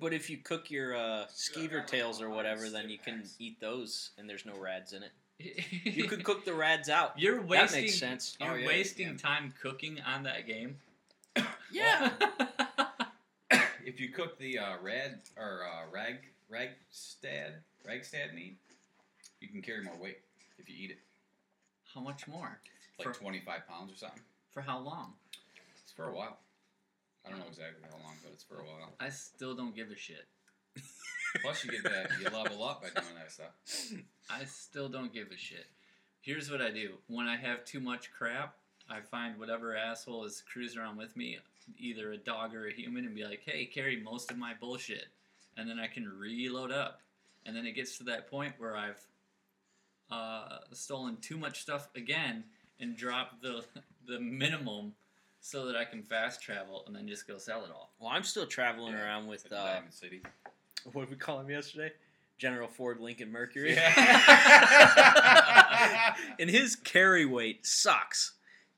A: But if you cook your uh, skeever
C: like
A: tails or
C: all
A: whatever,
C: these
A: then you can
C: impacts.
A: eat those, and there's no rads in it. You could cook the rads out.
B: You're
A: That
B: wasting.
A: makes sense.
B: You're
C: Oh, yeah, you
B: wasting
C: can.
B: time cooking on that game.
C: If you cook the uh, rad or uh, rag ragstad ragstad meat, you can carry more weight if you eat it,
B: how much more?
C: like
B: For-
C: twenty five pounds or something.
B: For how long?
C: It's for a while. I don't know exactly how long, but it's for a while.
B: I still don't give a shit.
C: Plus, you get that you level up by doing that stuff.
B: I still don't give a shit. Here's what I do. When I have too much crap, I find whatever asshole is cruising around with me, either a dog or a human, and be like, hey, carry most of my bullshit. And then I can reload up. And then it gets to that point where I've uh, stolen too much stuff again and drop the, the minimum so that I can fast travel and then just go sell it all.
A: Well, I'm still traveling
C: Yeah.
A: around with uh,
C: Diamond City.
A: what did we call him yesterday? General Ford Lincoln Mercury. and his carry weight sucks.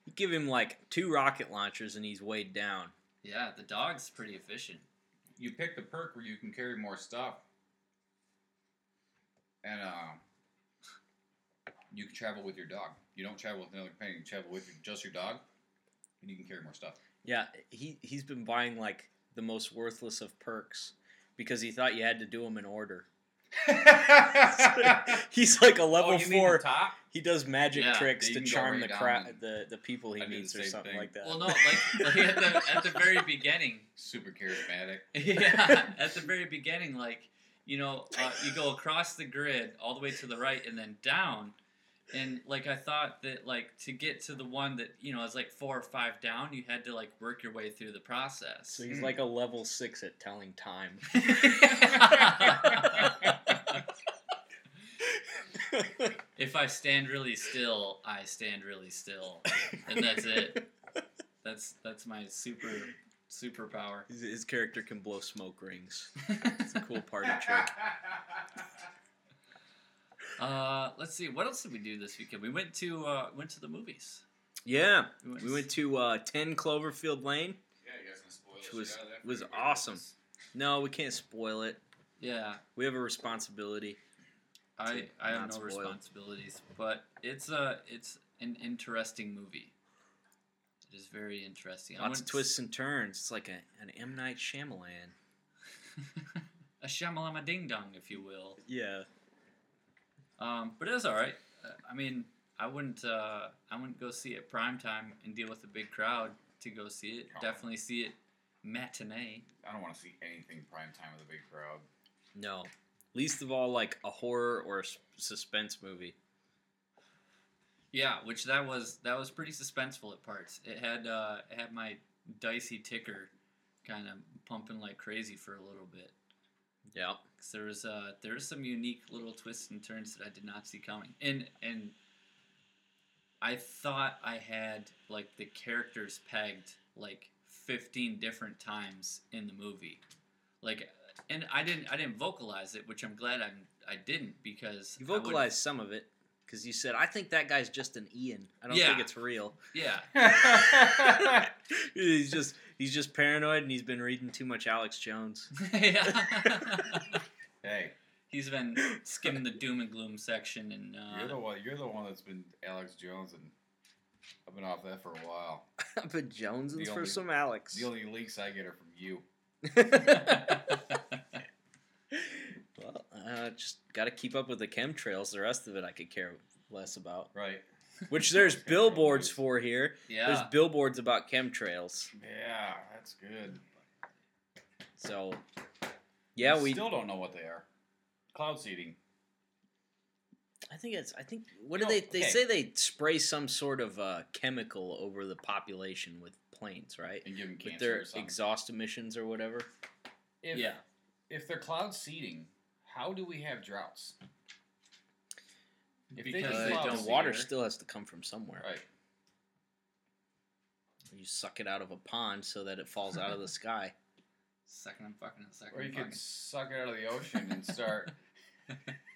A: You give him like two rocket launchers, and he's weighed down.
B: Yeah, the dog's pretty efficient.
C: you pick the perk where you can carry more stuff, and uh, you can travel with your dog. You don't travel with another companion. You travel with your, just your dog, and you can carry more stuff.
A: Yeah, he he's been buying like the most worthless of perks because he thought you had to do them in order. he's like a level
C: oh,
A: four.
C: you mean the top?
A: He does magic
B: Yeah,
A: tricks
C: you
A: to
C: can go
A: charm
C: right
A: the
C: down
A: crowd,
C: and-
A: the, the people he
C: I do the
A: meets or
C: same
A: something
C: thing.
A: like that.
B: Well, no, like, like at, the, at the very beginning,
C: Super charismatic.
B: yeah, at the very beginning, like you know, uh, you go across the grid all the way to the right and then down, and like I thought that like to get to the one that you know is like four or five down, you had to like work your way through the process.
A: so he's like a
C: mm.
A: level six at telling time.
B: if I stand really still, I stand really still, and that's it. That's that's my super superpower.
A: His, his character can blow smoke rings. It's a cool party trick.
B: Uh, let's see. What else did we do this weekend? We went to uh, went to the movies.
A: Yeah,
B: We
A: we went to uh, Ten Cloverfield Lane. Which was- shit out of that for was everybody awesome. else. No, we can't spoil it.
B: Yeah,
A: We have a responsibility.
B: I
A: To
B: I have
A: not
B: no
A: spoil.
B: responsibilities, but it's a it's an interesting movie. It is very interesting. I
A: Lots of
B: wouldn't
A: twists and turns. It's like a, an M Night Shyamalan.
B: s- a shamalama ding dong, if you will.
A: Yeah.
B: Um, but it was all right. Uh, I mean, I wouldn't uh, I wouldn't go see it prime time and deal with a big crowd to go see it.
C: Come on.
B: Definitely see it matinee.
C: I don't want to see anything prime time with a big crowd.
A: No. Least of all, like a horror or a s- suspense movie.
B: Yeah, which that was that was pretty suspenseful at parts. It had uh, it had my dicey ticker kind of pumping like crazy for a little bit.
A: Yeah.
B: 'Cause there was uh, there was some unique little twists and turns that I did not see coming, and and I thought I had like the characters pegged like fifteen different times in the movie, like, and I didn't I didn't vocalize it, which I'm glad I I didn't because
A: You
B: I would-
A: vocalized some of it because you said, I think that guy's just an Ian. I don't
B: Yeah.
A: think it's real.
B: yeah
A: he's just he's just paranoid and he's been reading too much Alex Jones.
B: yeah.
C: Hey,
B: He's been skimming the doom and gloom section, and
C: you're the
B: uh,
C: one. You're the one that's been Alex Jones, and I've been off that for a while.
A: I've been jonesing
C: The
A: for
C: only-
A: some Alex.
C: The only leaks I get are from you.
A: well, uh, just got to keep up with the chemtrails. The rest of it I could care less about.
C: Right.
A: which there's billboards for here. There's
B: Yeah.
A: billboards about chemtrails.
C: Yeah, that's good.
A: So, yeah, we.
C: still don't know what they are. Cloud seeding.
A: I think it's. I think what do
C: No,
A: they? They
C: okay.
A: say they spray some sort of uh, chemical over the population with planes, right?
C: And give them cancer
A: With their
C: or something.
A: exhaust emissions or whatever.
C: if,
B: Yeah.
C: If they're cloud seeding, how do we have droughts? If
B: Because
C: just
B: they
C: cloud
B: don't
A: Uh, the
B: see
A: water
B: her.
A: still has to come from somewhere.
C: Right.
A: You suck it out of a pond so that it falls out of the sky.
B: Second, I'm fucking and second.
C: Or you
B: I'm
C: could suck it out of the ocean and start.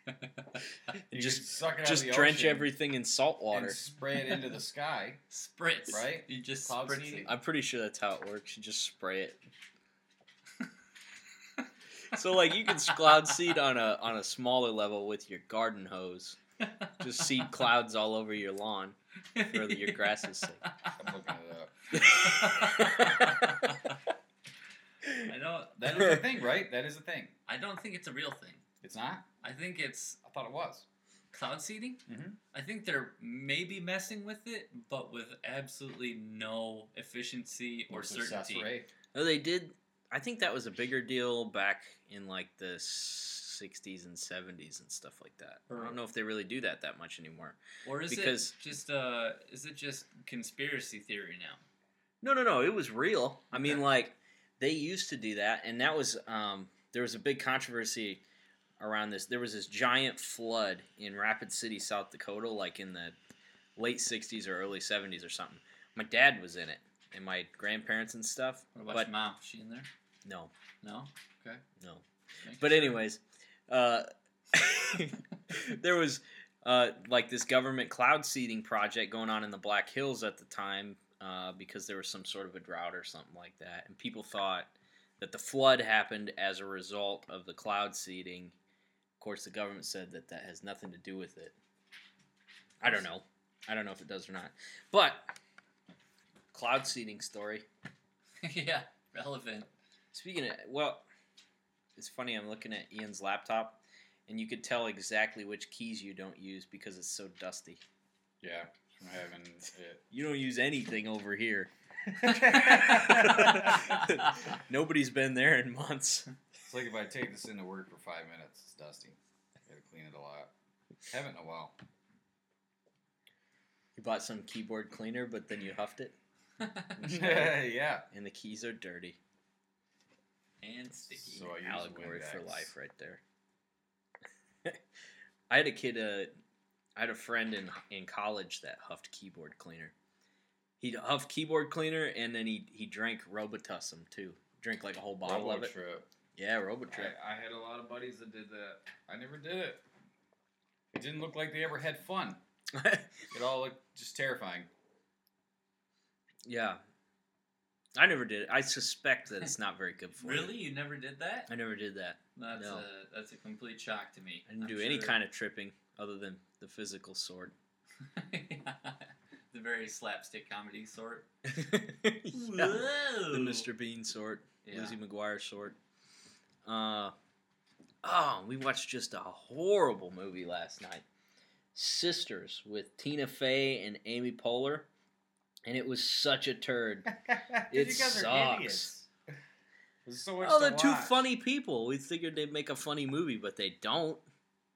B: fucking.
C: you
A: just-
C: could suck it out
A: Just
C: of the
A: drench
C: ocean
A: everything in salt
C: and
A: water.
C: spray it into the sky.
B: spritz.
C: Right?
B: You just
C: Cloud
B: spritz
C: seeding.
B: it.
A: I'm pretty sure that's how it works. You just spray it. so like you can cloud seed on a on a smaller level with your garden hose. Just seed clouds all over your lawn for the- your grasses. sake.
C: I'm looking it up.
B: I don't.
C: That is a thing, right? That is a thing.
B: I don't think it's a real thing.
C: It's not.
B: I think it's
C: I thought it was.
B: cloud seeding.
C: Mhm.
B: I think they're maybe messing with it, but with absolutely no efficiency or
C: It's a
B: certainty.
C: Sasray.
A: Oh, they did. I think that was a bigger deal back in like the 60s and 70s and stuff like that. I don't know if they really do that that much anymore.
B: Or is
A: Because-
B: it just uh is it just conspiracy theory now?
A: No, no, no. It was real. I mean,
B: Okay.
A: like they used to do that, and that was um, there was a big controversy around this. There was this giant flood in Rapid City, South Dakota, like in the late '60s or early '70s or something. My dad was in it, and my grandparents and stuff.
B: What about
A: But-
B: your mom? Is she in there?
A: No,
B: No.
A: no.
B: Making
A: But
B: sure.
A: anyways, uh, there was uh, like this government cloud seeding project going on in the Black Hills at the time uh, because there was some sort of a drought or something like that, and people thought that the flood happened as a result of the cloud seeding. Of course, the government said that that has nothing to do with it. I don't know. I don't know if it does or not. But cloud seeding story.
B: yeah, relevant.
A: Speaking of, well, it's funny. I'm looking at Ian's laptop, and you could tell exactly which keys you don't use because it's so dusty.
C: Yeah, I'm having it.
A: You don't use anything over here.
B: That's
A: Nobody's been there in months.
C: It's like if I take this into work for five minutes, it's dusty. Gotta clean it a lot. Haven't in a while.
A: You bought some keyboard cleaner, but then you huffed it,
C: yeah.
A: and the keys are dirty.
B: and sticky.
C: So I use
A: Allegory for
C: Windex.
A: life, right there. I had a kid. Uh, I had a friend in in college that huffed keyboard cleaner. He would huff keyboard cleaner, and then he he drank Robitussin too. Drink like a whole bottle of it.
C: Trip.
A: Yeah, Robotrip.
C: I, I had a lot of buddies that did that. I never did it. It didn't look like they ever had fun. It all looked just terrifying.
A: yeah. I never did it. I suspect that it's not very good for you.
B: Really, you never did that?
A: I never did that.
B: That's
A: No.
B: a that's a complete shock to me.
A: I didn't do any kind of tripping other than the physical sort.
B: of the very slapstick comedy sort.
A: Yeah.
B: Whoa.
A: The Mr. Bean sort.
B: Yeah.
A: Lizzie McGuire sort. Uh, oh, we watched just a horrible movie last night. Sisters with Tina Fey and Amy Poehler, and it was such a turd. It sucks.
C: There's so much
A: Oh,
C: to
A: they're two
C: watch.
A: funny people. We figured they'd make a funny movie, but they don't.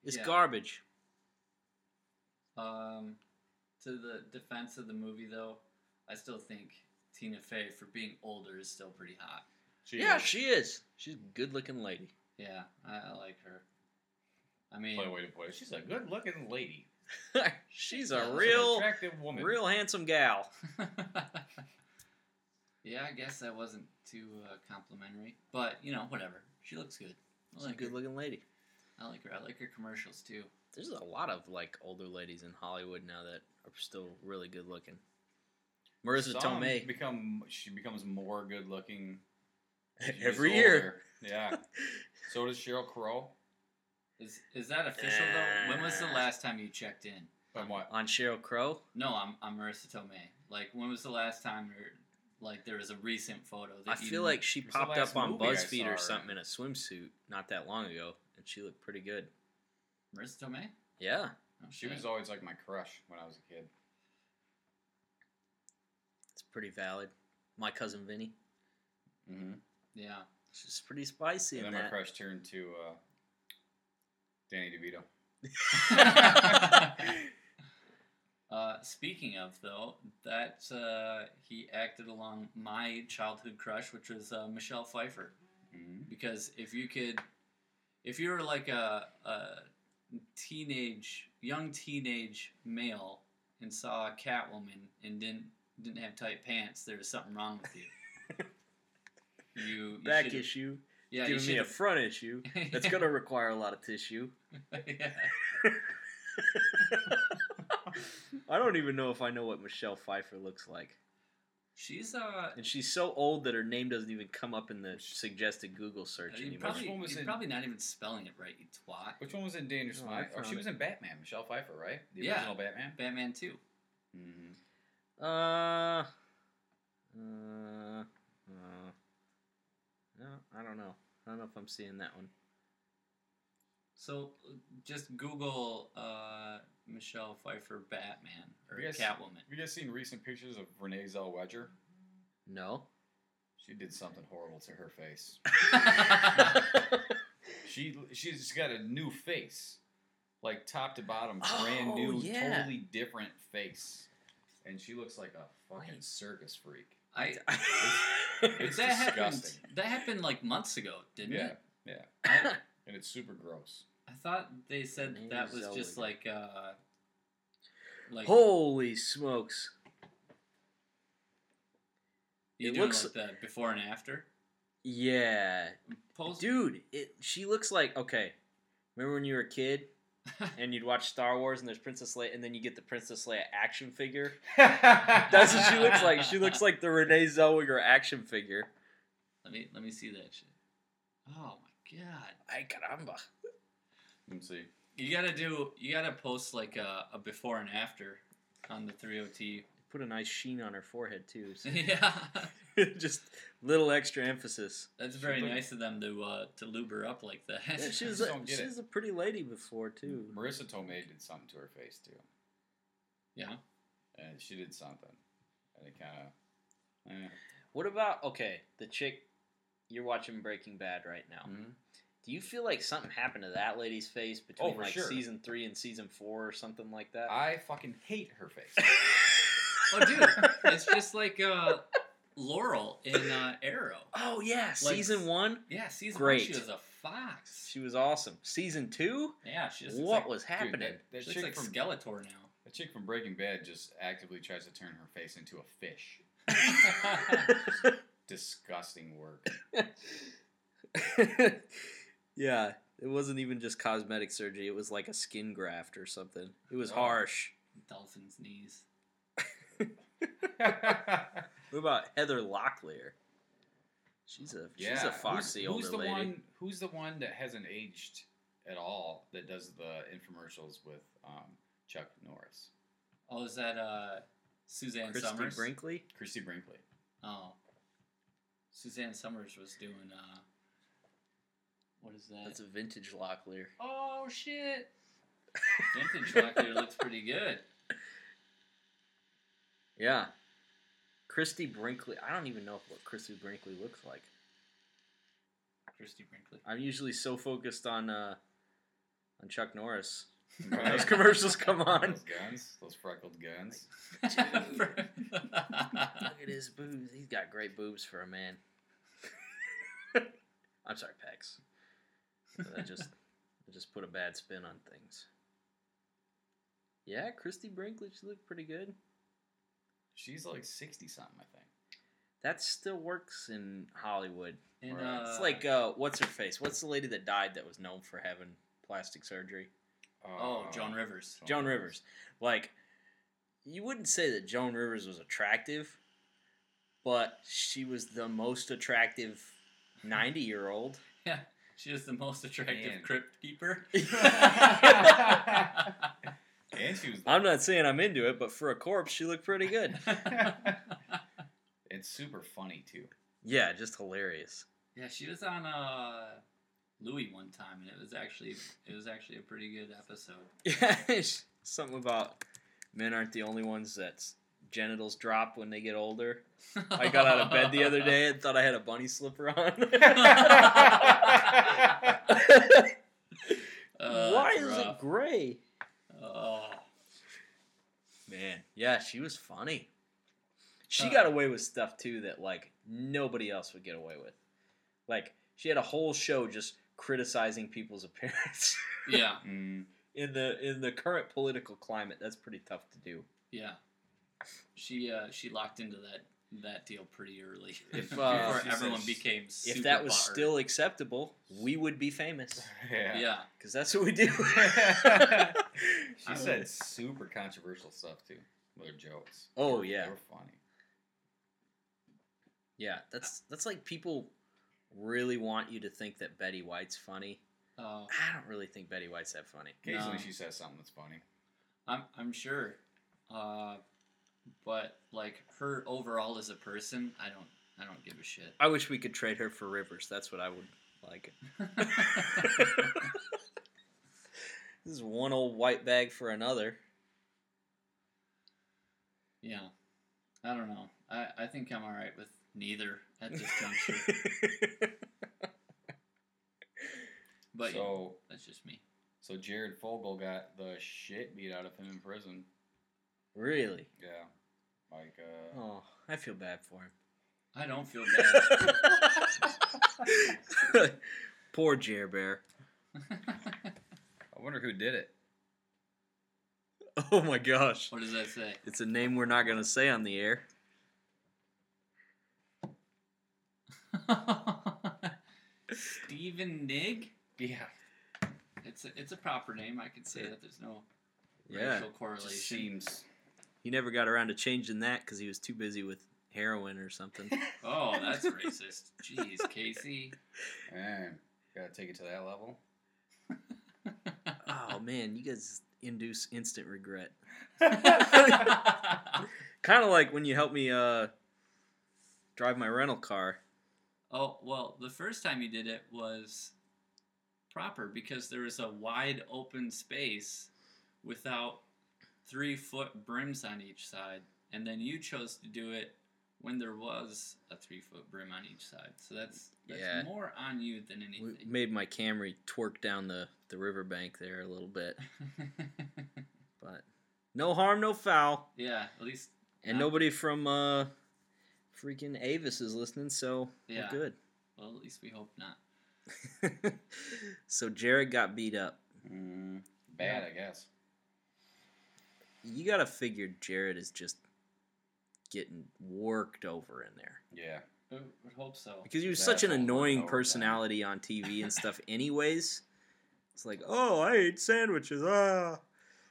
A: It's
B: Yeah.
A: garbage.
B: Um, to the defense of the movie, though, I still think Tina Fey, for being older, is still pretty hot.
C: Jeez.
A: Yeah, she is. She's a good-looking lady.
B: Yeah, I, I like her. I mean,
C: Play way to play. She's a good-looking lady.
A: She's
B: That's
A: a
B: an
A: real,
C: attractive woman.
A: real handsome gal.
B: yeah, I guess that wasn't too uh, complimentary, but you know, whatever. She looks good. I
A: She's a
B: like her.
A: good-looking lady.
B: I like her. I like her commercials too.
A: There's a lot of like older ladies in Hollywood now that are still really good-looking. Marissa
C: Some
A: Tomei.
C: become she becomes more good-looking as she
A: Every
C: gets
A: year.
C: older. Yeah. so does Cheryl Crow.
B: Is is that official though? When was the last time you checked in?
C: And what?
A: On Cheryl Crow.
B: No, I'm I'm Marissa Tomei. Like, when was the last time you're like there was a recent photo? That
A: I
B: you
A: feel like she
C: was the
A: popped
C: last
A: up on
C: movie I saw
A: BuzzFeed
C: her
A: or
C: in.
A: something in a swimsuit not that long ago, and she looked pretty good.
B: Marissa Tomei.
A: Yeah.
B: Oh,
C: She
B: shit.
C: was always like my crush when I was a kid.
A: pretty valid. My cousin Vinny,
C: Mm-hmm.
B: Yeah.
A: she's pretty spicy
C: And
A: in
C: then my
A: that.
C: crush turned to uh, Danny DeVito.
B: Uh, speaking of though, that uh, he acted along my childhood crush, which was uh, Michelle Pfeiffer.
C: Mm-hmm.
B: Because if you could, if you were like a, a teenage, young teenage male and saw a Catwoman and didn't didn't have tight pants, there was something wrong with you. you, you
A: Back
B: should've-
A: issue,
B: yeah, you
A: giving me a
B: should've-
A: front issue. That's gonna require a lot of tissue.
B: yeah.
A: I don't even know if I know what Michelle Pfeiffer looks like,
B: She's uh,
A: and she's so old that her name doesn't even come up in the suggested Google search
B: you're
A: anymore.
B: probably,
C: Which one was
B: you're
C: in-
B: probably not even spelling it right, you twat.
C: Which one was in Dangerous
A: Oh, I
C: Minds? Oh,
A: found
C: she
A: it.
C: was in Batman. Michelle Pfeiffer, right? The
B: Yeah.
C: original Batman.
B: Batman 2.
C: Mm-hmm.
A: Uh, uh, uh, no, I don't know. I don't know if I'm seeing that one.
B: So uh, just Google uh, Michelle Pfeiffer Batman or
C: Yes.
B: Catwoman.
C: Have you guys seen recent pictures of Renee Zellweger?
A: No.
C: She did something horrible to her face. She she's just got a new face, like top to bottom, brand
A: Oh,
C: new,
A: yeah.
C: totally different face, and she looks like a fucking
A: Wait.
C: circus freak.
B: I
C: It's
B: that happened.
C: disgusting.
B: That happened like months ago, didn't
C: yeah,
B: it?
C: yeah,
B: I,
C: and it's super gross.
B: I thought they said
A: Renee
B: that was just
A: Zellweger.
B: like uh, like
A: Holy smokes!
B: you
A: it
B: doing
A: looks-
B: like the before and after.
A: Yeah,
B: Post
A: dude. It, she looks like okay. Remember when you were a kid and you'd watch Star Wars and there's Princess Leia and then you get the Princess Leia action figure. That's what she looks like. She looks like the Renee Zellweger action figure.
B: Let me let me see that shit. Oh my god.
A: Ay caramba!
C: Let me see.
B: You gotta do. You gotta post like a, a before and after on the three OT.
A: Put a nice sheen on her forehead too. so-
B: yeah,
A: Just little extra emphasis.
B: that's very
C: looked-
B: nice of them to uh, to lube her up like that.
A: Yeah, she was
C: just
A: a,
C: don't get
A: she
C: it.
A: was a pretty lady before too.
C: Marissa Tomei did something to her face too,
B: yeah.
C: and she did something, and it kind of. Eh.
A: What about okay, the chick you're watching Breaking Bad right now. Do you feel like something happened to that lady's face between
C: for
A: like
C: sure.
A: season 3 and season 4 or something like that?
C: I fucking hate her face.
B: Oh, dude, it's just like uh, Laurel in uh, Arrow.
A: oh yeah,
B: Like-
A: season 1
B: Yeah, season one, she
A: Great.
B: was a fox.
A: she was awesome. Season 2?
B: yeah, she just looks
A: What
B: like,
A: was
C: Dude,
A: happening?
C: that, that
B: she
C: chick
B: looks like
C: from
B: Skeletor now.
C: that chick from Breaking Bad just actively tries to turn her face into a fish. Disgusting work.
A: yeah, it wasn't even just cosmetic surgery, it was like a skin graft or something. It was
C: Oh.
A: harsh.
B: Dolphin's knees.
A: What about Heather Locklear? She's a
C: yeah,
A: she's a
C: who's-
A: foxy
C: who's,
A: older
C: the
A: lady.
C: One, who's the one that hasn't aged at all? That does the infomercials with um, Chuck Norris,
B: Oh, is that uh, Suzanne
A: Christy
B: Summers?
A: Brinkley.
C: Christy Brinkley.
B: Oh. Suzanne Summers was doing uh what is that?
A: That's a vintage Locklear.
B: oh shit. Vintage Locklear looks pretty good.
A: Yeah, Christy Brinkley. I don't even know what Christy Brinkley looks like.
B: Christy Brinkley.
A: I'm usually so focused on uh, on Chuck Norris. When
C: Right?
A: those commercials come on.
C: Those guns, those freckled guns.
A: Look at his boobs. He's got great boobs for a man. I'm sorry, Pex. I just I just put a bad spin on things. Yeah, Christy Brinkley, she looked pretty good.
C: She's like sixty something, I think.
A: That still works in Hollywood.
B: and,
C: Right.
B: uh,
A: It's like uh, what's her face? What's the lady that died that was known for having plastic surgery?
C: Um,
B: Oh, Joan Rivers.
A: Joan Rivers. Like you wouldn't say that Joan Rivers was attractive, but she was the most attractive 90-year-old.
B: Yeah. She is the most attractive
C: Man.
B: crypt keeper.
C: And she was.
A: I'm not saying I'm into it, but for a corpse, she looked pretty good.
C: It's super funny too.
A: yeah, just hilarious.
B: yeah, she was on uh Louis one time and it was actually it was actually a pretty good episode.
A: Yeah, something about men aren't the only ones that genitals drop when they get older. I got out of bed the other day and thought I had a bunny slipper on.
B: Uh,
A: Why
B: that's
A: is
B: rough.
A: it gray?
B: Oh,
A: Man, yeah, she was funny. She
B: Uh,
A: got away with stuff too that like nobody else would get away with. Like she had a whole show just criticizing people's appearance.
B: yeah,
C: Mm,
A: in the in the current political climate, that's pretty tough to do.
B: yeah. She uh, she locked into that that deal pretty early.
C: If,
B: Before
A: uh,
C: she
B: everyone
C: says-
B: became super
A: if that was
B: buttered.
A: still acceptable, we would be famous
C: yeah.
B: yeah.
A: because that's what we do.
C: She
B: I
C: said super controversial stuff too. Their jokes.
A: Oh,
C: They were-
A: yeah.
C: they were funny.
A: yeah, that's that's like people really want you to think that Betty White's funny.
B: Oh,
A: I don't really think Betty White's that funny.
C: Occasionally
B: No.
C: she says something that's funny.
B: I'm I'm sure, uh, but like her overall as a person, I don't I don't give a shit.
A: I wish we could trade her for Rivers. That's what I would like. this is one old white bag for another.
B: yeah, I don't know. I I think I'm all right with neither at this juncture. But yeah,
C: so
B: that's just me.
C: so Jared Fogle got the shit beat out of him in prison.
A: really?
C: Yeah. Like uh
A: Oh, I feel bad for
B: I don't feel
A: him. Poor Jer Bear.
B: bad.
C: I wonder who did it.
A: Oh my gosh.
B: what does that say?
A: It's a name we're not going to say on the air.
B: Steven Nig?
C: Yeah.
B: It's a, it's a proper name. I can say that there's no
A: Yeah.
B: racial
C: Just
B: correlation.
C: seems
A: He never got around to changing that because he was too busy with heroin or something.
B: Oh, that's racist. Jeez, Casey.
C: man, gotta take it to that level.
A: oh man, you guys induce instant regret.
B: oh,
A: Kind of like when you helped me uh, drive my rental car.
B: Oh, well, the first time you did it was proper because there was a wide open space without three foot brims on each side. And then you chose to do it when there was a three foot brim on each side. So that's, that's
A: Yeah.
B: more on you than
A: We
B: anything.
A: made my Camry twerk down the, the riverbank there a little bit. But no harm, no foul.
B: yeah, at least,
A: And
B: Yeah.
A: nobody from uh, freaking Avis is listening, so
B: yeah.
A: we're
B: Well, at least we hope not.
A: good. so Jared got beat up.
C: Mm, bad, I guess.
A: You gotta figure Jared is just getting worked over in there
C: Yeah.
B: I would hope so.
A: because he was
C: That's
A: such an
C: all worked
A: annoying
C: over,
A: personality on TV and stuff. Anyways, it's like, oh, I ate sandwiches. Ah,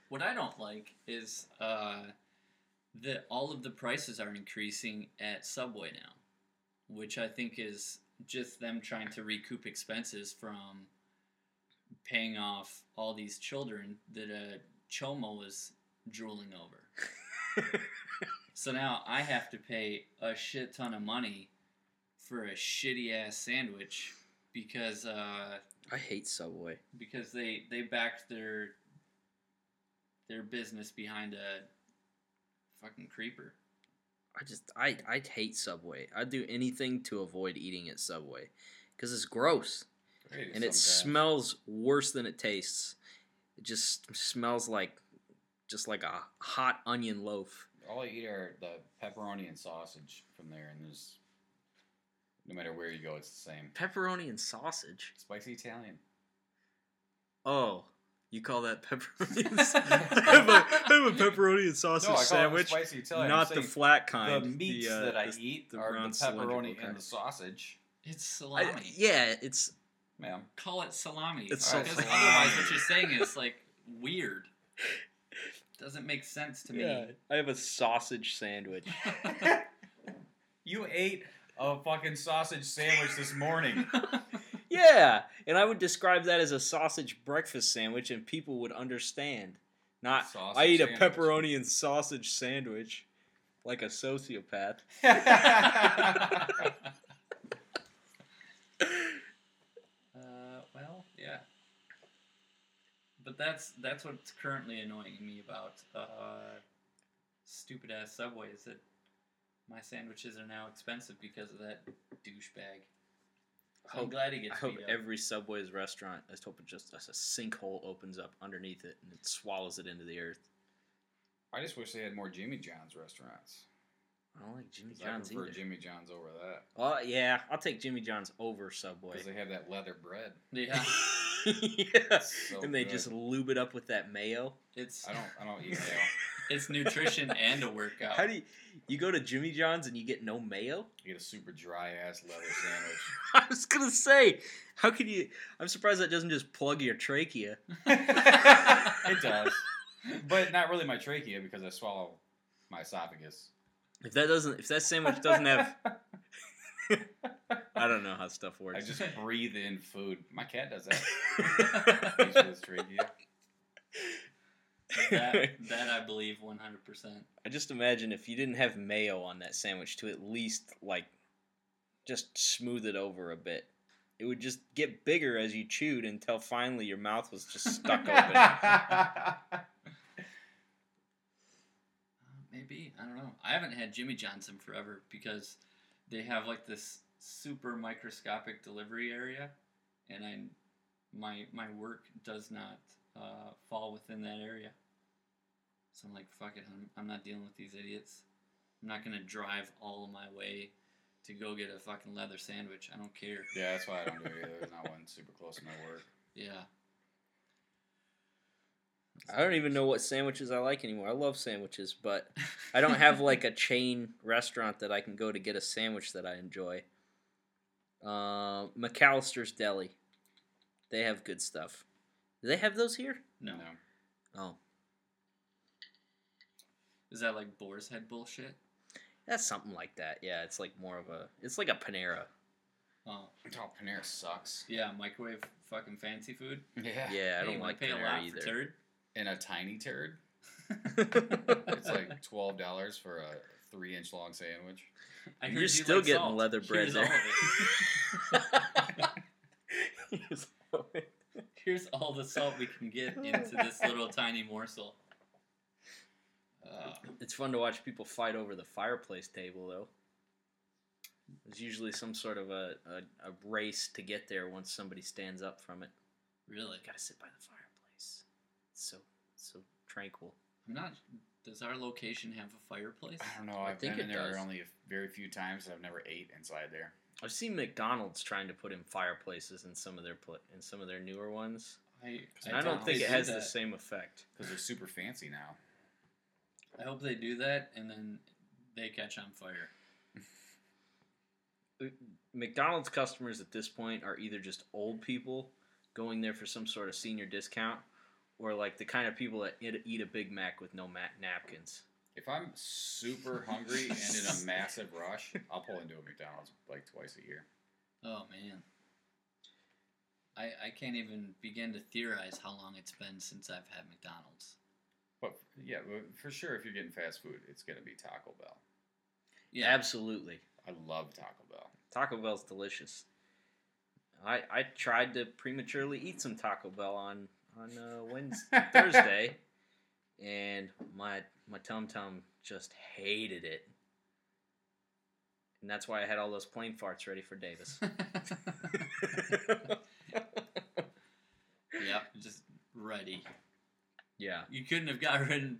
B: What I don't like is uh, that all of the prices are increasing at Subway now, which I think is just them trying to recoup expenses from paying off all these children that uh, Chomo was drooling over. so now I have to pay a shit ton of money for a shitty ass sandwich because. Uh,
A: I hate Subway.
B: because they they backed their their business behind a fucking creeper.
A: I just I I hate Subway. I'd do anything to avoid eating at Subway because it's gross
C: Great
A: and it
C: sometimes.
A: smells worse than it tastes. It just smells like just like a hot onion loaf.
C: All I eat are the pepperoni and sausage from there, and there's no matter where you go, it's the same.
A: Pepperoni and sausage.
C: Spicy Italian.
A: Oh, you call that pepperoni? and sa- I, have a, I have a pepperoni and sausage
C: no, I call it
A: sandwich,
C: spicy Italian. I'm
A: not the
C: saying
A: flat
C: the
A: kind.
C: meats
A: uh,
C: that I
A: the-
C: eat
A: the
C: are
A: brown
C: the
A: cylindrical
C: pepperoni
A: kind.
C: and the sausage,
B: It's
A: I-
B: salami.
A: yeah, it's
C: ma'am.
B: Call it salami.
A: It's
B: because
A: salami.
B: otherwise what you're saying is like weird. Doesn't make sense to me.
A: I have a sausage sandwich.
C: You ate a fucking sausage sandwich this morning.
A: Yeah, and I would describe that as a sausage breakfast sandwich, and people would understand. Not
C: Sausage
A: I eat a
C: sandwich.
A: pepperoni and sausage sandwich, like a sociopath.
B: uh, Uh, well, yeah. But that's that's what's currently annoying me about uh, stupid ass subways that my sandwiches are now expensive because of that douchebag. So I'm
A: Hope-
B: glad he gets
A: I hope
B: beat up.
A: every Subway's restaurant. I just hope it just a sinkhole opens up underneath it and it swallows it into the earth.
C: I just wish they had more Jimmy John's restaurants.
A: I don't like Jimmy
C: 'cause I
A: John's
C: prefer
A: either.
C: Jimmy John's over that
A: Oh yeah, I'll take Jimmy John's over Subway.
C: because they have that leather bread.
B: yeah,
A: yeah.
C: So
A: and they
C: good.
A: just lube it up with that mayo.
B: it's
C: I don't. I don't eat mayo.
B: it's nutrition and a workout.
A: How do you, you go to Jimmy John's and you get no mayo?
C: You get a super dry ass leather sandwich.
A: I was gonna say, how can you? I'm surprised that doesn't just plug your trachea.
C: it does, but not really my trachea because I swallow my esophagus.
A: If that doesn't, if that sandwich doesn't have, I don't know how stuff
C: I
A: works.
C: just breathe in food. My cat does that. He's
A: I
C: with his trachea.
B: that, that I believe 100. percent
A: just imagine if you didn't have mayo on that sandwich to at least like just smooth it over a bit. It would just get bigger as you chewed until finally your mouth was just stuck open.
B: Maybe I don't know. I haven't had Jimmy John's in forever because they have like this super microscopic delivery area, and I my my work does not uh, fall within that area. So I'm like, fuck it. I'm I'm not dealing with these idiots. I'm not gonna drive all my way to go get a fucking leather sandwich. I don't care.
C: yeah, that's why I don't do it either. There's not one super close to my work.
B: Yeah.
A: I don't even know what sandwiches I like anymore. I love sandwiches, but I don't have like a chain restaurant that I can go to get a sandwich that I enjoy. Uh, McAllister's Deli. They have good stuff. Do they have those here?
B: no.
C: No.
A: Oh,
B: Is that like boar's head bullshit?
A: that's something like that. Yeah, it's like more of a. It's like a Panera.
B: Oh
C: Oh, Panera sucks.
B: yeah, microwave fucking fancy food.
C: Yeah.
A: Yeah,
B: Hey,
A: I don't
B: we
A: like
B: pay a
A: Panera
B: lot
A: either.
B: for turd.
C: And a tiny turd. It's
A: it's
C: like twelve dollars for a three inch long sandwich.
B: I heard
A: You're
B: you
A: still
B: like
A: getting
B: salt.
A: leather bread
B: Here's
A: there.
B: All of it. Here's all the salt we can get into this little tiny morsel. Uh,
A: It's fun to watch people fight over the fireplace table, though. There's usually some sort of a, a, a race to get there once somebody stands up from it.
B: really,
A: gotta sit by the fireplace. It's so so tranquil.
B: I'm not. Does our location have a fireplace?
C: I don't know.
A: I
C: I've
A: think
C: been in
A: it
C: there
A: does.
C: only a very few times. and I've never ate inside there.
A: I've seen McDonald's trying to put in fireplaces in some of their pla- in some of their newer ones.
B: I,
A: And I, don't
B: hope
A: think
B: they
A: it
B: do
A: has the
B: that.
A: same effect.
C: Because they're super fancy now.
B: I hope they do that, and then they catch on fire.
A: McDonald's customers at this point are either just old people going there for some sort of senior discount, or like the kind of people that eat eat a Big Mac with no ma- napkins.
C: If I'm super hungry and in a massive rush, I'll pull into a McDonald's like twice a year.
B: Oh man. I, I can't even begin to theorize how long it's been since I've had McDonald's.
C: But yeah, but for sure, if you're getting fast food, it's gonna be Taco Bell.
B: Yeah,
A: Absolutely.
C: I love Taco Bell.
A: Taco Bell's delicious. I I tried to prematurely eat some Taco Bell on on uh, Wednesday Thursday, and my my tum tum just hated it, and that's why I had all those plane farts ready for Davis.
B: yep, just ready.
A: yeah,
B: You couldn't have got rid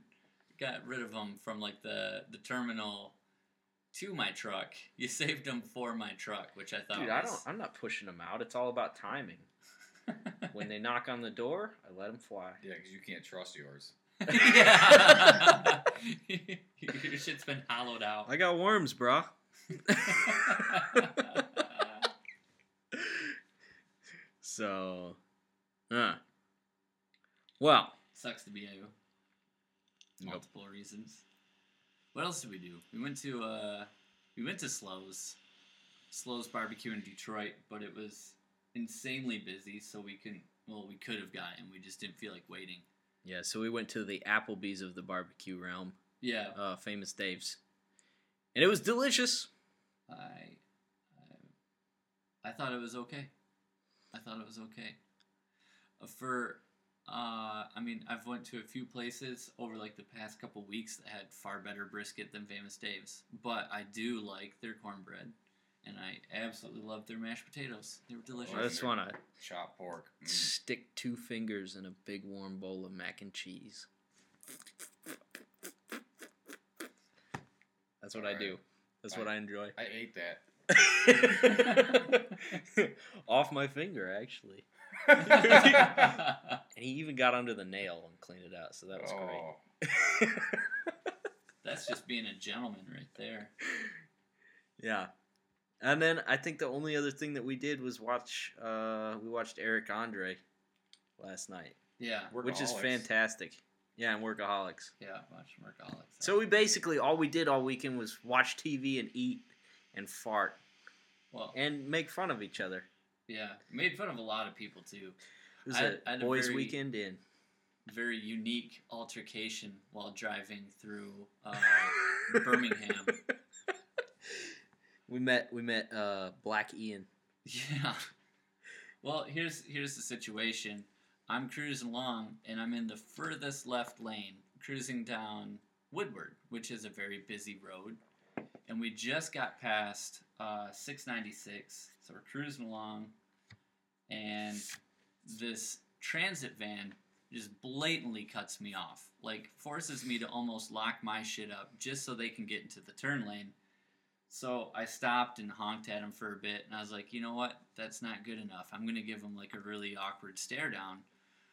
B: got rid of them from like the the terminal to my truck. You saved them for my truck, which I thought
A: dude, I don't.
B: was
A: I'm not pushing them out. It's all about timing. When they knock on the door, I let them fly.
C: Yeah, because you can't trust yours.
B: Yeah. Your shit's been hollowed out.
A: I got worms, brah. So, uh. Well,
B: Sucks to be you.
A: Nope.
B: Multiple reasons. What else did we do? We went to uh, we went to Slows, Slows Barbecue in Detroit, but it was insanely busy, so we couldn't. Well, we could have gotten, we just didn't feel like waiting.
A: Yeah, so we went to the Applebee's of the barbecue realm,
B: Yeah,
A: uh, famous Dave's, and it was delicious.
B: I, I, I thought it was okay. I thought it was okay. Uh, For, uh, I mean, I've went to a few places over like the past couple weeks that had far better brisket than Famous Dave's, but I do like their cornbread, and I absolutely love their mashed potatoes. They were delicious.
A: I just want to
C: Chopped pork. Mm.
A: stick two fingers in a big warm bowl of mac and cheese. That's what I
C: Alright.
A: do. That's what I enjoy.
C: I ate that.
A: Off my finger, actually. And he even got under the nail and cleaned it out, so that was great.
C: oh,
B: That's just being a gentleman right there.
A: Yeah. And then I think the only other thing that we did was watch uh we watched Eric Andre last night.
B: Yeah,
A: Which is
C: Workaholics.
A: fantastic. Yeah, and workaholics.
B: yeah. Watch workaholics.
A: So we basically all we did all weekend was watch TV and eat and fart
B: well,
A: and make fun of each other.
B: yeah, made fun of a lot of people too.
A: It was
B: I-
A: a
B: I had a
A: boys'
B: very-
A: weekend in.
B: Very unique altercation while driving through uh, Birmingham.
A: We met we met uh, Black Ian.
B: Yeah. Well, here's here's the situation. I'm cruising along and I'm in the furthest left lane, cruising down Woodward, which is a very busy road. And we just got past uh, 696, so we're cruising along, and this transit van just blatantly cuts me off, like forces me to almost lock my shit up just so they can get into the turn lane. So I stopped and honked at him for a bit, and I was like, you know what? That's not good enough. I'm going to give him like a really awkward stare down.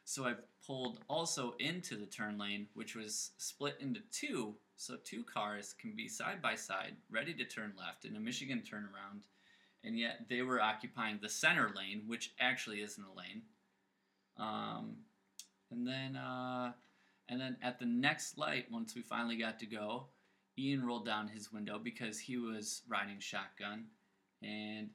B: So I pulled also into the turn lane, which was split into two. So two cars can be side by side, ready to turn left in a Michigan turnaround. And yet they were occupying the center lane, which actually isn't a lane. Um, and then, uh, and then at the next light, once we finally got to go, Ian rolled down his window because he was riding shotgun, and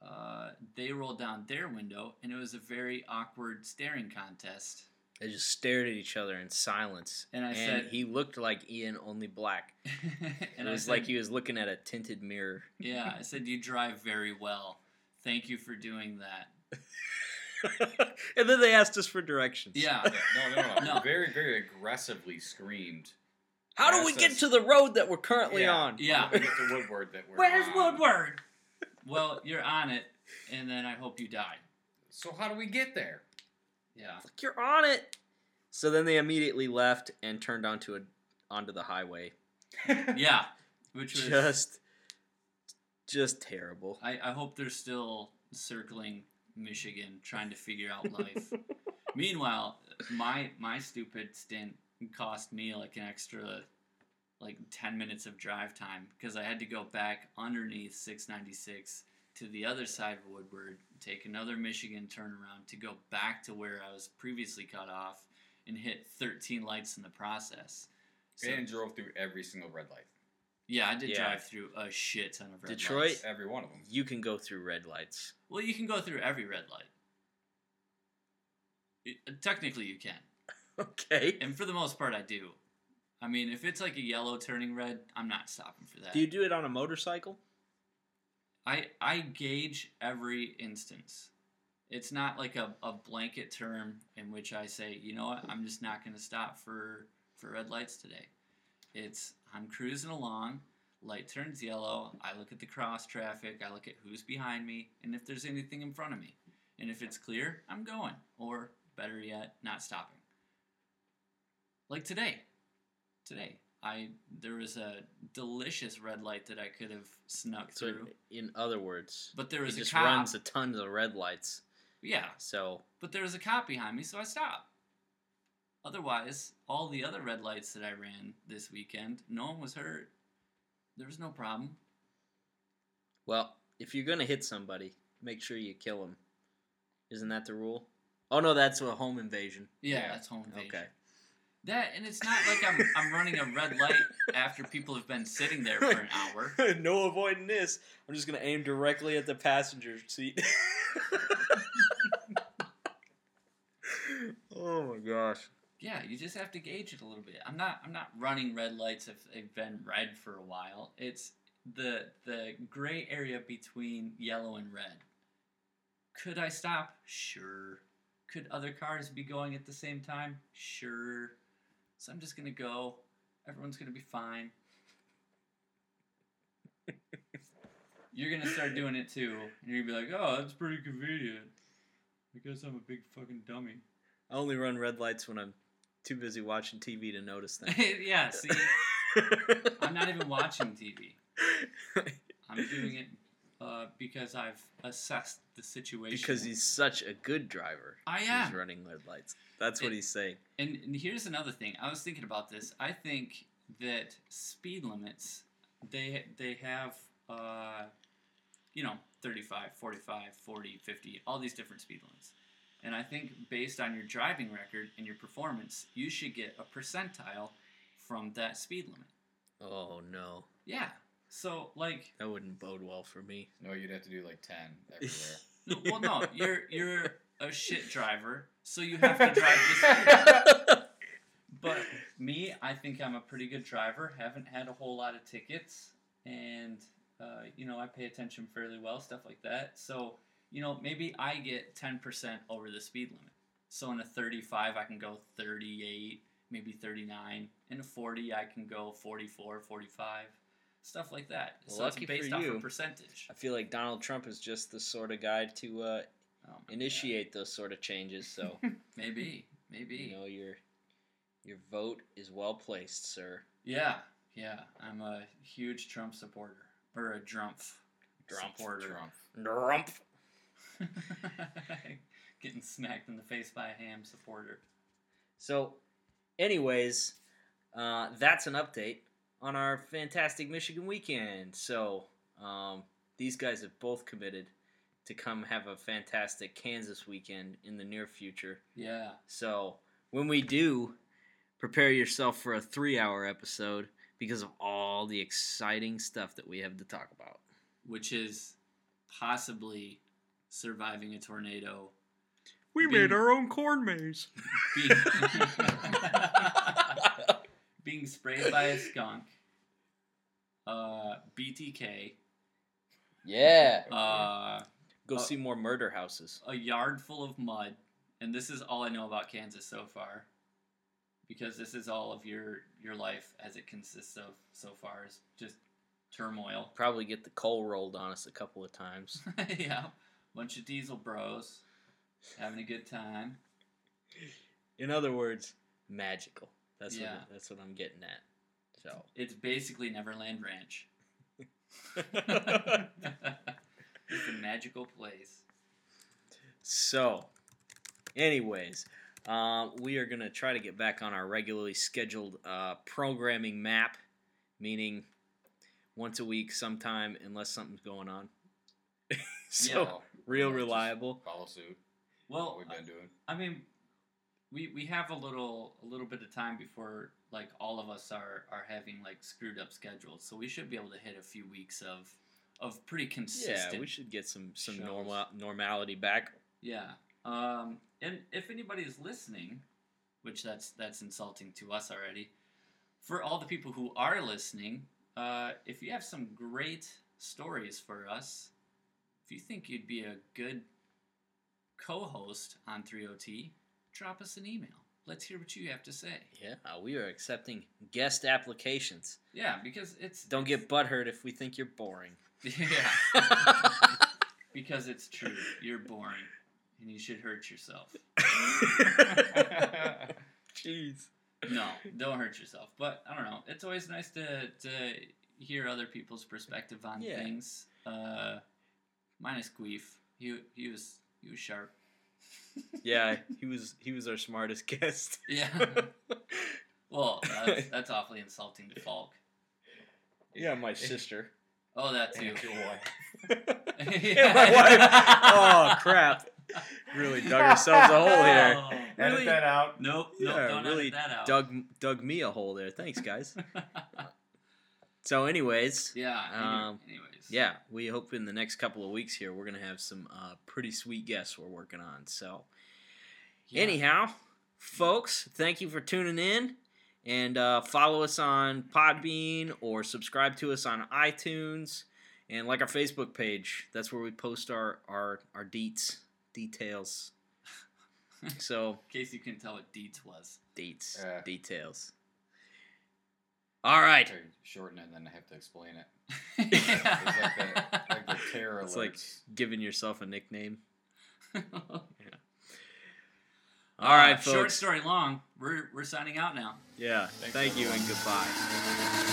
B: uh, they rolled down their window, and it was a very awkward staring contest.
A: They just stared at each other in silence.
B: And I
A: and
B: said-
A: he looked like Ian only black.
B: and
A: it
B: I
A: was
B: said,
A: like he was looking at a tinted mirror.
B: "Yeah," I said, "You drive very well. Thank you for doing that."
A: and then they asked us for directions.
B: Yeah,
C: no, no, no,
B: No.
C: Very, very aggressively screamed.
A: How do we
C: Asked
A: get
C: us-
A: to the road that we're currently
C: Yeah.
A: on?
B: yeah.
C: Look at the Woodward that we're um, on.
B: Woodward? well, you're on it, and then I hope you die.
C: So how do we get there?
B: Yeah.
A: Like, You're on it. So then they immediately left and turned onto a onto the highway.
B: Yeah. Which was
A: Just just terrible.
B: I, I hope they're still circling Michigan trying to figure out life. Meanwhile, my my stupid stint cost me like an extra like 10 minutes of drive time because I had to go back underneath 696 to the other side of Woodward, take another Michigan turnaround to go back to where I was previously cut off and hit 13 lights in the process. So,
C: and drove through every single red light.
B: yeah, I did
A: Yeah.
B: drive through a shit ton of red
A: Detroit-
B: lights.
C: Every one of them.
A: You can go through red lights.
B: Well, you can go through every red light. It- Technically, you can.
A: Okay.
B: And for the most part, I do. I mean, if it's like a yellow turning red, I'm not stopping for that.
A: Do you do it on a motorcycle?
B: I, I gauge every instance. It's not like a, a blanket term in which I say, you know what, I'm just not going to stop for, for red lights today. It's I'm cruising along, light turns yellow, I look at the cross traffic, I look at who's behind me, and if there's anything in front of me. And if it's clear, I'm going, or better yet, not stopping. Like today. Today. I there was a delicious red light that I could have snuck
A: So,
B: through.
A: in other words,
B: But there was
A: he
B: a
A: just
B: cop.
A: runs a ton of red lights.
B: Yeah,
A: So
B: but there was a cop behind me, so I stopped. Otherwise, all the other red lights that I ran this weekend, no one was hurt. There was no problem.
A: Well, if you're gonna hit somebody, make sure you kill him. Isn't that the rule? Oh no, that's a home invasion.
B: Yeah,
C: Yeah,
B: that's home invasion.
A: Okay.
B: That and it's not like I'm I'm running a red light after people have been sitting there for an hour.
A: no avoiding this. I'm just gonna aim directly at the passenger seat. oh my gosh.
B: Yeah, you just have to gauge it a little bit. I'm not I'm not running red lights if they've been red for a while. It's the the gray area between yellow and red. Could I stop? Sure. could other cars be going at the same time? Sure. So I'm just gonna go. Everyone's gonna be fine. you're gonna start doing it too, and you're gonna be like, "Oh, that's pretty convenient." I guess I'm a big fucking dummy.
A: I only run red lights when I'm too busy watching TV to notice them.
B: yeah. See, I'm not even watching TV. I'm doing it uh, because I've assessed the situation.
A: because he's such a good driver.
B: I
A: He's
B: am.
A: running red lights. That's what
B: It-
A: he's saying.
B: And, and here's another thing. I was thinking about this. I think that speed limits, they they have, uh, you know, 35, 45, 40, 50, all these different speed limits. And I think based on your driving record and your performance, you should get a percentile from that speed limit.
A: Oh no,
B: Yeah. So like,
A: that wouldn't bode well for me.
C: No, you'd have to do like ten everywhere.
B: no- well, no, you're you're a shit driver, so you have to drive the speed limit. But me, I think I'm a pretty good driver. Haven't had a whole lot of tickets, and uh, you know I pay attention fairly well, stuff like that. So you know maybe I get 10% over the speed limit. So in a 35, I can go 38, maybe 39. In a 40, I can go 44, 45, stuff like that. so it's
A: Lucky for
B: based off
A: you.
B: a percentage.
A: I feel like Donald Trump is just the sort of guy to uh,
B: Oh my
A: initiate those sort of changes. So
B: God. Maybe, maybe.
A: you know your your vote is well placed, sir.
B: Yeah, yeah. I'm a huge Trump supporter or a Drumpf
A: Drumpf,
B: supporter.
C: Trump.
A: Trump.
B: Getting smacked in the face by a ham supporter.
A: So, anyways, uh, that's an update on our fantastic Michigan weekend. So, um, these guys have both committed to come have a fantastic Kansas weekend in the near future.
B: Yeah.
A: So, when we do, prepare yourself for a three hour episode because of all the exciting stuff that we have to talk about.
B: Which is possibly surviving a tornado.
A: We
B: made our
A: own corn maze.
B: Being, being sprayed by a skunk. Uh, BTK.
A: yeah.
B: Uh,
A: Go
B: Uh,
A: see more murder houses.
B: a yard full of mud. And this is all I know about Kansas so far. Because this is all of your your life as it consists of so far is just turmoil.
A: Probably get the coal rolled on us a couple of times.
B: yeah, bunch of diesel bros having a good time.
A: In other words, magical. That's
B: Yeah.
A: what that's what I'm getting at. So
B: It's basically Neverland Ranch. it's a magical place.
A: so, anyways, um, we are gonna try to get back on our regularly scheduled uh, programming map, meaning once a week, sometime, unless something's going on. so
B: Yeah.
A: real
C: Yeah, just
A: reliable.
C: Follow suit. What
B: Well,
C: we've been doing.
B: I mean, we we have a little a little bit of time before like all of us are are having like screwed up schedules, so we should be able to hit a few weeks of of pretty consistent.
A: Yeah, we should get some some
B: shows.
A: normal normality back.
B: Yeah. Um, and if anybody is listening, which that's that's insulting to us already, for all the people who are listening, uh, if you have some great stories for us, if you think you'd be a good co-host on 3OT, drop us an email. Let's hear what you have to say.
A: Yeah, uh, we are accepting guest applications.
B: Yeah, because it's
A: Don't get butthurt if we think you're boring.
B: yeah because it's true. You're boring, and you should hurt yourself.
A: Jeez.
B: no, don't hurt yourself. But I don't know. It's always nice to to hear other people's perspective on
A: Yeah.
B: things. Uh, minus Queef, he he was he was sharp.
A: Yeah, he was he was our smartest guest.
B: Yeah. well, that's, that's awfully insulting to Falk.
A: yeah, my sister.
B: Oh, that too.
C: And your wife.
A: Yeah, my wife. Oh crap. Really dug ourselves a hole here.
B: Oh.
A: Edit Really? that
C: out.
B: Nope, nope,
A: Yeah,
B: don't
A: really
B: edit that out.
A: Dug dug me a hole there. Thanks guys. So anyways,
B: yeah. any-
A: Um,
B: anyways.
A: yeah, we hope in the next couple of weeks here we're going to have some uh, pretty sweet guests we're working on. So
B: Yeah.
A: Anyhow, folks, thank you for tuning in. And uh, follow us on Podbean or subscribe to us on iTunes and like our Facebook page. That's where we post our our, our deets, details. So
B: In case you can tell what Dietz was.
A: dates,
C: Yeah.
A: details. All right.
C: I shorten it and then I have to explain it.
B: yeah.
C: Like the terror
A: It's like-
C: alerts.
A: Giving yourself a nickname.
C: Uh,
A: All right, folks.
B: Short story long. We're, we're signing out now.
A: Yeah.
C: Thanks,
A: Thank you
C: everyone.
A: and goodbye.